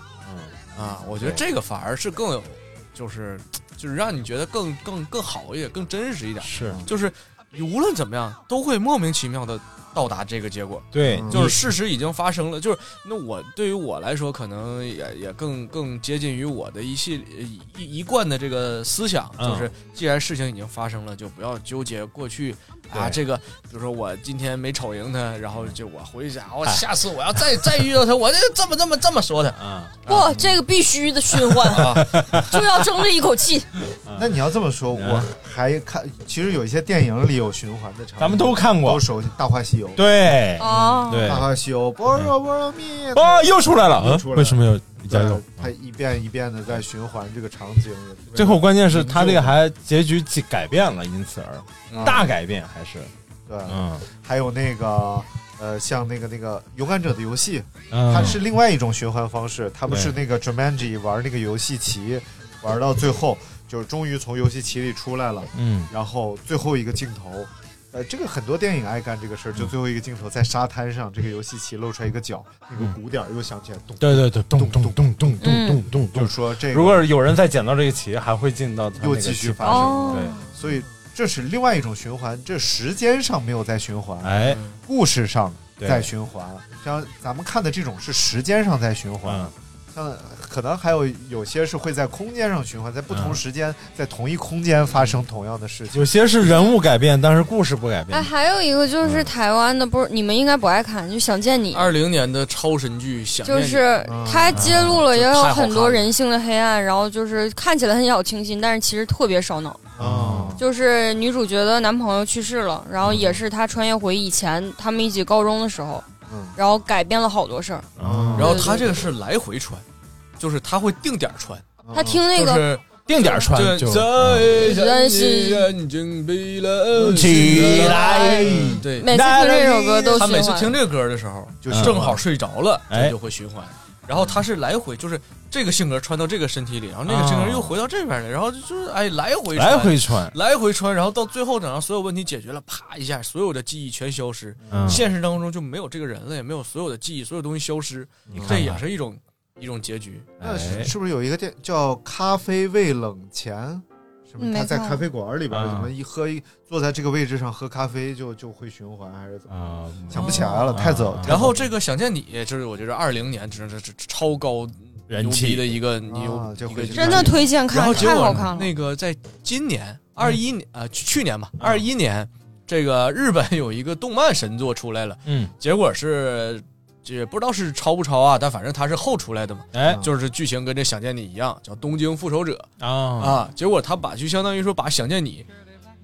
S12: 嗯啊，我觉得
S9: 嗯对
S12: 这个反而是更有，就是就是让你觉得更更更好一点，更真实一点。
S9: 是，
S12: 就是你无论怎么样，都会莫名其妙的到达这个结果。
S9: 对
S12: 就
S9: 你
S12: 是事实已经发生了。就是那我对于我来说，可能也也更更接近于我的一系一一贯的这个思想，
S9: 嗯
S12: 就是既然事情已经发生了，就不要纠结过去啊。
S9: 对
S12: 这个比如说我今天没瞅赢他，然后就我回去啊，我
S11: 哎
S12: 下次我要再再遇到他，我就这么这么这么说他。
S9: 啊
S10: 不，这个必须的循
S12: 啊
S10: 环， 就要争这一口气。
S8: 那你要这么说，我还看，其实有一些电影里有循环的场景，
S9: 咱嗯们都看过
S8: 都熟悉《大话西游》。
S9: 对嗯
S10: 哦
S9: 对
S8: 大话西游》波若波罗蜜
S9: 啊，又出来了，啊
S8: 又出来了
S9: 为什么又加油？
S8: 他一遍一遍的在循环这个场景。也特别
S9: 最后关键是他这个还结局改变了，因此而
S8: 嗯
S9: 大改变还是
S8: 对，
S9: 嗯，
S8: 还有那个呃，像那个那个《勇敢者的游戏》
S9: 嗯
S8: 它是另外一种循环方式，它不是
S9: 对
S8: 那个 Jumanji 玩那个游戏棋，玩到最后就是终于从游戏棋里出来了，
S9: 嗯
S8: 然后最后一个镜头。呃，这个很多电影爱干这个
S9: 嗯
S8: 事儿，就最后一个镜头在沙滩上，这个游戏棋露出来一个角，那
S9: 嗯
S8: 个鼓点儿又响起来，咚，
S9: 对对对，咚咚咚咚咚咚咚，
S8: 就是说这个
S9: 如果有人再捡到这个棋，还会进到他那
S8: 又
S9: 个
S8: 继续
S9: 棋
S8: 发
S9: 盘
S8: 生。
S9: 上对，
S8: 所以这是另外一种循环，这时间上没有在循环，
S9: 哎，
S8: 故事上
S9: 对
S8: 在循环。像咱们看的这种是时间上在循环，像可能还有有些是会在空间上循环，在不同时间、在同一空间发生同样的事情。
S9: 有些是人物改变，但是故事不改变
S10: 哎，。还有一个就是台湾的，不是你们应该不爱看，就《想见你》，
S12: 嗯二零年的超神剧，想念
S10: 就
S12: 你啊
S10: 是它揭露了也有很多。
S12: 嗯
S10: 人性的黑暗，然后就是看起来很小清新，但是其实特别烧脑。
S8: 嗯
S9: 哦，
S10: 就是女主角的男朋友去世了，然后也是她穿越回以前他们一起高中的时候，
S12: 嗯
S10: 然后改变了好多事儿。
S12: 然
S9: 嗯
S12: 后他这个是来回穿，就是他会定点穿。
S10: 他听那个
S12: 嗯就是
S9: 定点穿
S12: 对
S9: 就
S12: 再见
S10: 但是
S12: 你眼睛闭了
S9: 起来
S12: 对，
S10: 每次听这首歌都
S12: 他每次
S10: 循环
S12: 听这个歌的时候，就
S9: 嗯
S12: 正好睡着了，
S9: 哎
S12: 他就会循环。然后他是来回，就是这个性格穿到这个身体里，然后那个性格又回到这边来，然后就是哎来回
S9: 嗯来回穿
S12: 来回穿，然后到最后等到所有问题解决了，啪一下，所有的记忆全消失。
S9: 嗯
S12: 现实当中就没有这个人了，也没有所有的记忆，所有东西消失，
S9: 看看
S12: 这也是一种一种结局。
S9: 哎啊
S8: 那是是不是有一个店叫“咖啡味冷钱”？是不是
S12: 嗯没
S8: 他在
S12: 错
S8: 咖啡馆里边儿
S9: 啊
S8: 怎么一喝一坐在这个位置上喝咖啡就就会循环还是怎么？
S9: 啊，
S8: 想不起来了，太早。太
S12: 然
S8: 早
S12: 后这个《想见你》就是我觉得二零年真是这超高
S9: 人气
S12: 牛逼的一个牛、
S10: 啊
S8: 就
S12: 一个
S8: 回去
S10: 真的推荐看
S12: 然后结
S10: 太好
S12: 果
S10: 看了
S12: 那个在今年二一年啊、去去年吧，二一年这个日本有一个动漫神作出来了，
S9: 嗯，
S12: 结果是。这不知道是抄不抄啊，但反正它是后出来的嘛，
S9: 哎
S12: 就是剧情跟这《想见你》一样，叫《东京复仇者》
S9: 啊
S12: 啊，结果他把就相当于说把《想见你》，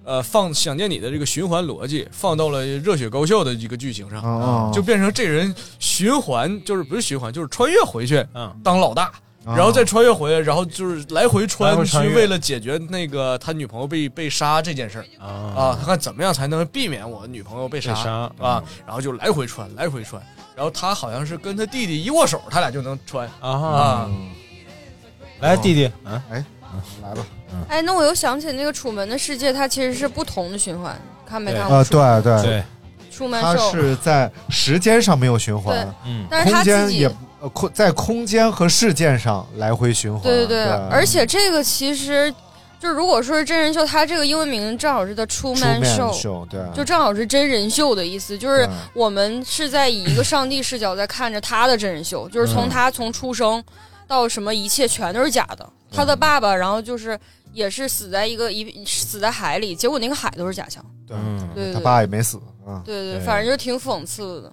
S12: 呃，放《想见你》的这个循环逻辑放到了热血高校的一个剧情上，
S8: 哦
S12: 就变成这人循环，就是不是循环，就是穿越回去，
S9: 嗯，
S12: 当老大。
S8: 哦
S12: 然后再穿越回来，然后就是来回
S9: 来
S12: 穿
S9: 回
S12: 去
S9: 穿越，
S12: 为了解决那个他女朋友被被杀这件事儿啊，他看怎么样才能避免我女朋友被杀
S9: 哦被杀嗯
S12: 啊，然后就来回穿，来回穿，然后他好像是跟他弟弟一握手，他俩就能穿
S9: 啊！来，弟弟，啊，
S8: 哎，来吧，
S10: 哎，那我又想起那个《楚门的世界》，它其实是不同的循环，看没看过？
S8: 啊，对对
S9: 嗯对，
S10: 楚门
S8: 它
S10: 兽
S8: 是在时间上没有循环
S10: 对，
S9: 嗯
S10: 但是它
S8: 空
S10: 自
S8: 间
S10: 己
S8: 也呃空在空间和事件上来回循环，嗯
S10: 对对对，而
S8: 且
S10: 且这个其实就如果说是真人秀，它这个英文名正好是叫
S8: 出
S10: True Man
S8: 面
S10: Show，
S8: 秀对，嗯
S10: 就正好是真人秀的意思，就是
S8: 对
S10: 我们是在以一个上帝视角在看着他的真人秀，就是从
S9: 嗯
S10: 他从出生到什么一切全都是假的。他
S8: 嗯
S10: 的爸爸，然后就是也是死在一个一死在海里，结果那个海都是假象。
S9: 嗯
S10: 对对
S8: 嗯他爸也没死啊，
S10: 对对，
S9: 对
S10: 反正就挺讽刺的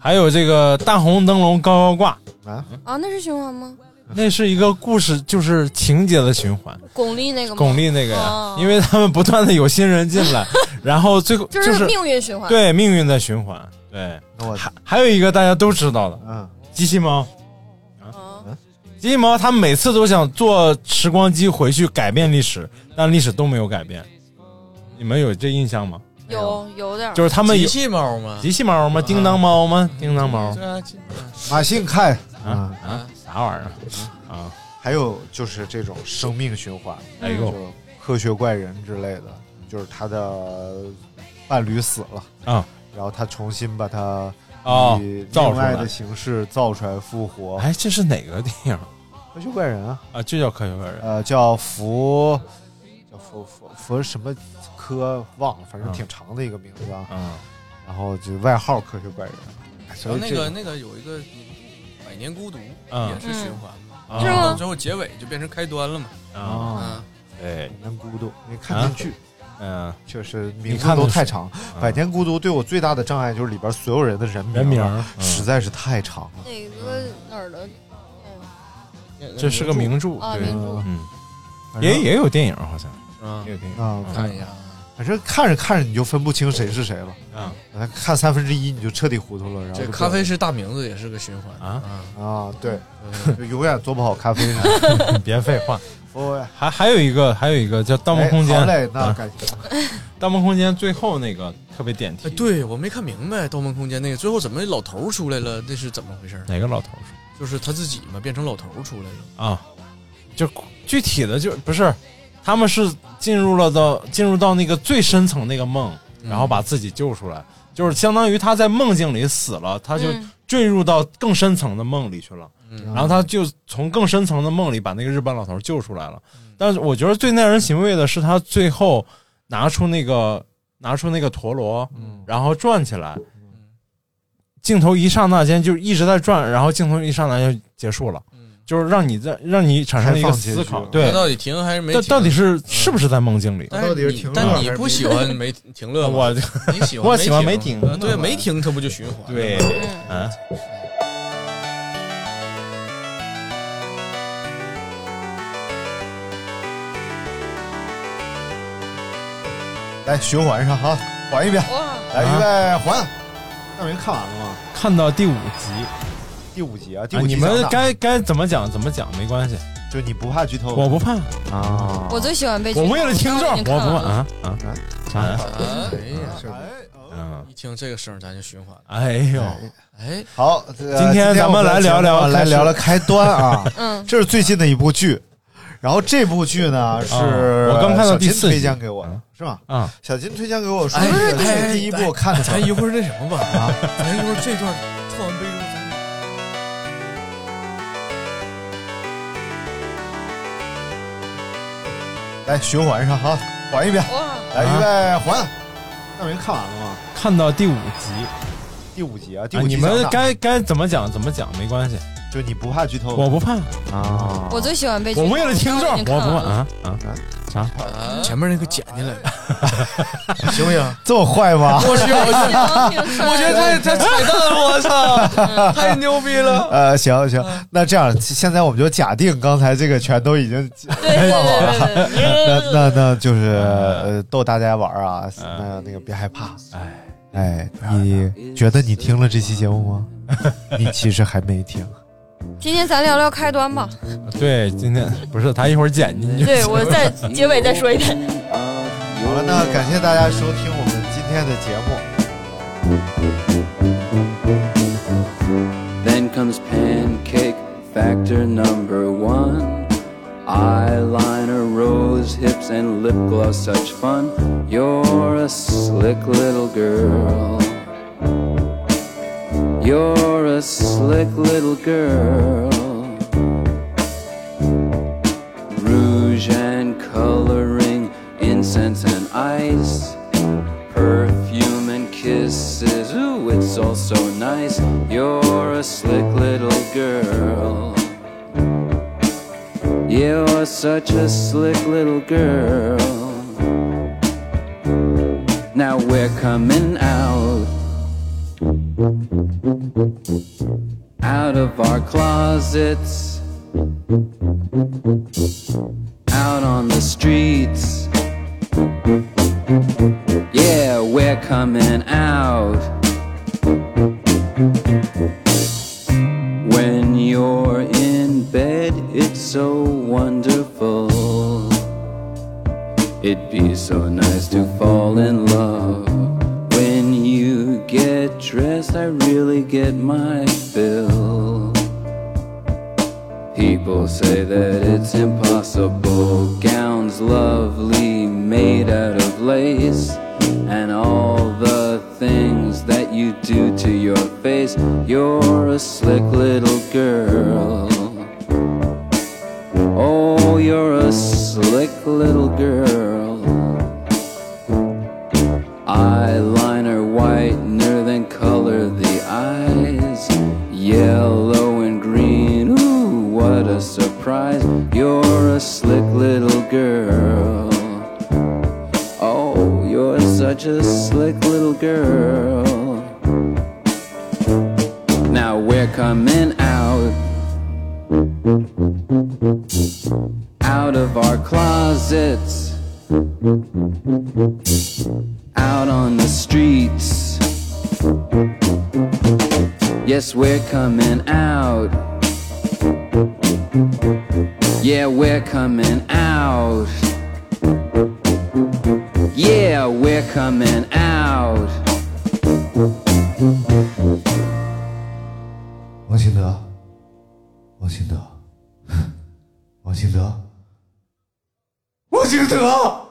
S9: 还有这个大红灯笼高高挂，
S10: 啊。那是循环吗？
S9: 那是一个故事，就是情节的循 环。
S10: 巩俐那个吗？
S9: 巩俐那个呀
S10: 哦，
S9: 因为他们不断的有新人进 来，然后最后
S10: 就是命运循环。
S9: 对命运在循环。对，
S8: 我
S9: 还还有一个大家都知道的，
S8: 嗯，
S9: 机器猫，
S10: 哦
S9: 啊，机器猫，他每次都想坐时光机回去改变历史，但历史都没有改变。你们有这印象吗？
S10: 有有点儿，
S9: 就是他们有
S12: 机器猫吗？啊
S9: 机器猫
S8: 嗯
S9: 吗？叮当猫吗？叮当猫
S8: 马信看
S9: 啊
S8: 嗯
S9: 啊，啥玩意儿？啊，
S8: 还有就是这种生命循环，
S9: 哎呦
S8: 就科学怪人之类的，就是他的伴侣死了
S9: 啊，
S8: 然后他重新把他
S9: 哦
S8: 以
S9: 造
S8: 另
S9: 出
S8: 外
S9: 来
S8: 的形式造出来复活，
S9: 哎，这是哪个电影
S8: 科学怪人啊，
S9: 啊？这叫科学怪人。
S8: 呃，叫福，叫福福福什么科忘了，反正
S9: 嗯
S8: 挺长的一个名字啊。
S9: 嗯，
S8: 然后就外号科学怪人。哎
S12: 然
S8: 所
S12: 后
S8: 以
S12: 哦那
S8: 这
S12: 个那个有一个《百年孤独》
S9: 嗯
S12: 也是循环嘛，
S9: 嗯是吗
S12: 然后最后结尾就变成开端了嘛。嗯
S8: 啊，
S9: 对，
S8: 百年孤独，你看进去，
S9: 嗯，
S8: 确实
S9: 啊你
S8: 名字
S9: 看的
S8: 都
S9: 是
S8: 太长。
S9: 嗯
S8: 百年孤独对我最大的障碍就是里边所有人的人名
S9: 人名儿
S8: 啊
S9: 嗯
S8: 实在是太长了。
S10: 哪个哪儿的？
S12: 嗯
S9: 这是个名著，
S10: 啊
S9: 对，
S10: 名著
S9: 嗯，
S8: 反正
S9: 也也有电影好像，
S12: 嗯
S9: 也有电影
S8: 啊，
S9: 看
S12: 一下。
S8: 反正看着看着你就分不清谁是谁了，
S9: 啊，
S8: 看三分之一你就彻底糊涂了，然后
S12: 这
S8: 就
S12: 咖啡是大名字，也是个嗯循环
S9: 啊
S12: 嗯
S8: 啊，对，就永远做不好咖啡 呢。
S9: 啊别废话。
S8: 哦，
S9: 还还有一个，还有一个叫《盗梦
S8: 哎
S9: 空间》
S8: 好嘞，那
S9: 啊
S8: 感谢。
S9: 《盗梦空间》最后那个特别点题。
S12: 哎，对我没看明白《盗梦空间》那个最后怎么老头儿出来了，那是怎么回事？
S9: 哪个老头儿？
S12: 就是他自己嘛，变成老头儿出来了。
S9: 啊，就具体的就不是，他们是进入了到进入到那个最深层那个梦，然后把自己救出来，就是相当于他在梦境里死了，他就
S12: 嗯
S9: 坠入到更深层的梦里去了。
S12: 嗯
S9: 然后他就从更深层的梦里把那个日本老头救出来了。但是我觉得最耐人寻味的是他最后拿出那个拿出那个陀螺，然后转起来，镜头一刹那间就一直在转，然后镜头一刹那就结束了，就是让你在让你产生了一个思
S12: 开
S9: 考，
S12: 放结局
S9: 对，
S12: 他到底停还是没
S9: 到
S12: 停
S9: 到底是是不是在梦境里？
S12: 但你但你不喜欢没停乐 吗？
S9: 我
S12: 你喜欢
S9: 我喜欢没
S12: 停
S9: 停
S12: 呃，对，没停它不就循环？
S9: 对，嗯。
S8: 来循环上哈，缓一遍，来预备还。啊那人看完了吗？
S9: 看到第五集，
S8: 第五集啊，第
S9: 啊
S8: 五集
S9: 你
S8: 讲
S9: 们
S8: 哪
S9: 该该怎么讲怎么讲没关系，
S8: 就你不怕剧透？
S9: 我不怕
S8: 啊
S10: 我最喜欢被
S9: 我为了听众，我
S10: 已经
S9: 不
S10: 看完
S9: 怕
S10: 了
S9: 啊啊啥呀？
S12: 哎呀，
S9: 嗯，
S12: 一听这个声儿咱就循环。
S9: 哎呦，
S12: 哎，
S8: 好，这个
S12: 今天咱们
S8: 我
S12: 来聊聊
S8: 节目啊来
S12: 开始。
S8: 聊聊开端啊
S12: 嗯
S8: 这是最近的一部剧，然后这部剧呢是
S9: 啊我刚看到第四
S8: 小金
S9: 集
S8: 推荐给我的，是吗？
S9: 啊，
S8: 小金推荐给我说
S12: 哎
S8: 这是
S12: 哎
S8: 第一部我看的，
S12: 咱一会儿那什么吧
S8: 啊，
S12: 咱一会儿这段唱完杯之后咱。
S8: 来循环上哈，缓一遍，
S10: 啊
S8: 来预备还。那人看完了吗？
S9: 看到第五集，
S8: 第五集啊，第
S9: 啊
S8: 五集
S9: 你
S8: 讲
S9: 们
S8: 哪
S9: 该该怎么讲怎么讲没关系，
S8: 就你不怕剧透？
S9: 我不怕
S8: 啊
S10: 我最喜欢被
S9: 我为了听众，我不怕啊啊啥？
S12: 前面那个剪进来了，行不行？
S8: 这么坏 吗？
S12: 我去，我去，
S11: 行
S12: 我觉得太太彩蛋了，我操，太牛逼了！
S8: 呃，行行，
S12: 嗯
S8: 那这样，现在我们就假定刚才这个全都已 经
S10: 对
S8: 放好了，那那那就是呃逗大家玩儿啊，那那个别害怕，哎哎，你觉得你听了这期节目 吗？你其实还没听，
S10: 今天咱聊聊开端吧，
S9: 对，今天不是他一会儿剪进去，
S10: 对我在结尾再说一遍。
S8: 好了，那感谢大家收听我们今天的节目。
S13: Then comes pancake factor number one. Eyeliner, rose hips, and lip gloss, such fun. You're a slick little girl. You're a slick little girl. Rouge and coloring, incense and ice perfume and kisses. Ooh, it's all so nice. You're a slick little girl. You're such a slick little girl. Now we're coming out. Out of our closets. Out on the streets. Yeah, we're coming out. When you're in bed, it's so wonderful. It'd be so nice to fall in love. When you get dressed, I really get my fill. People say that it's impossible. Gowns lovely, made out of lace, and all the things that you do to your face. You're a slick little girl. Oh, you're a slick little girl. Eyeliner whitener than color the eyes. Yellow and green, ooh, what a surprise. You're a slick little girl. Oh, you're such a slick little girl. Now we're coming out. Out of our closets. Out on the streets. Yes, we're coming out. Yeah, we're coming out. Yeah, we're coming out.
S8: 王兴德，王兴德，王兴德，王兴德。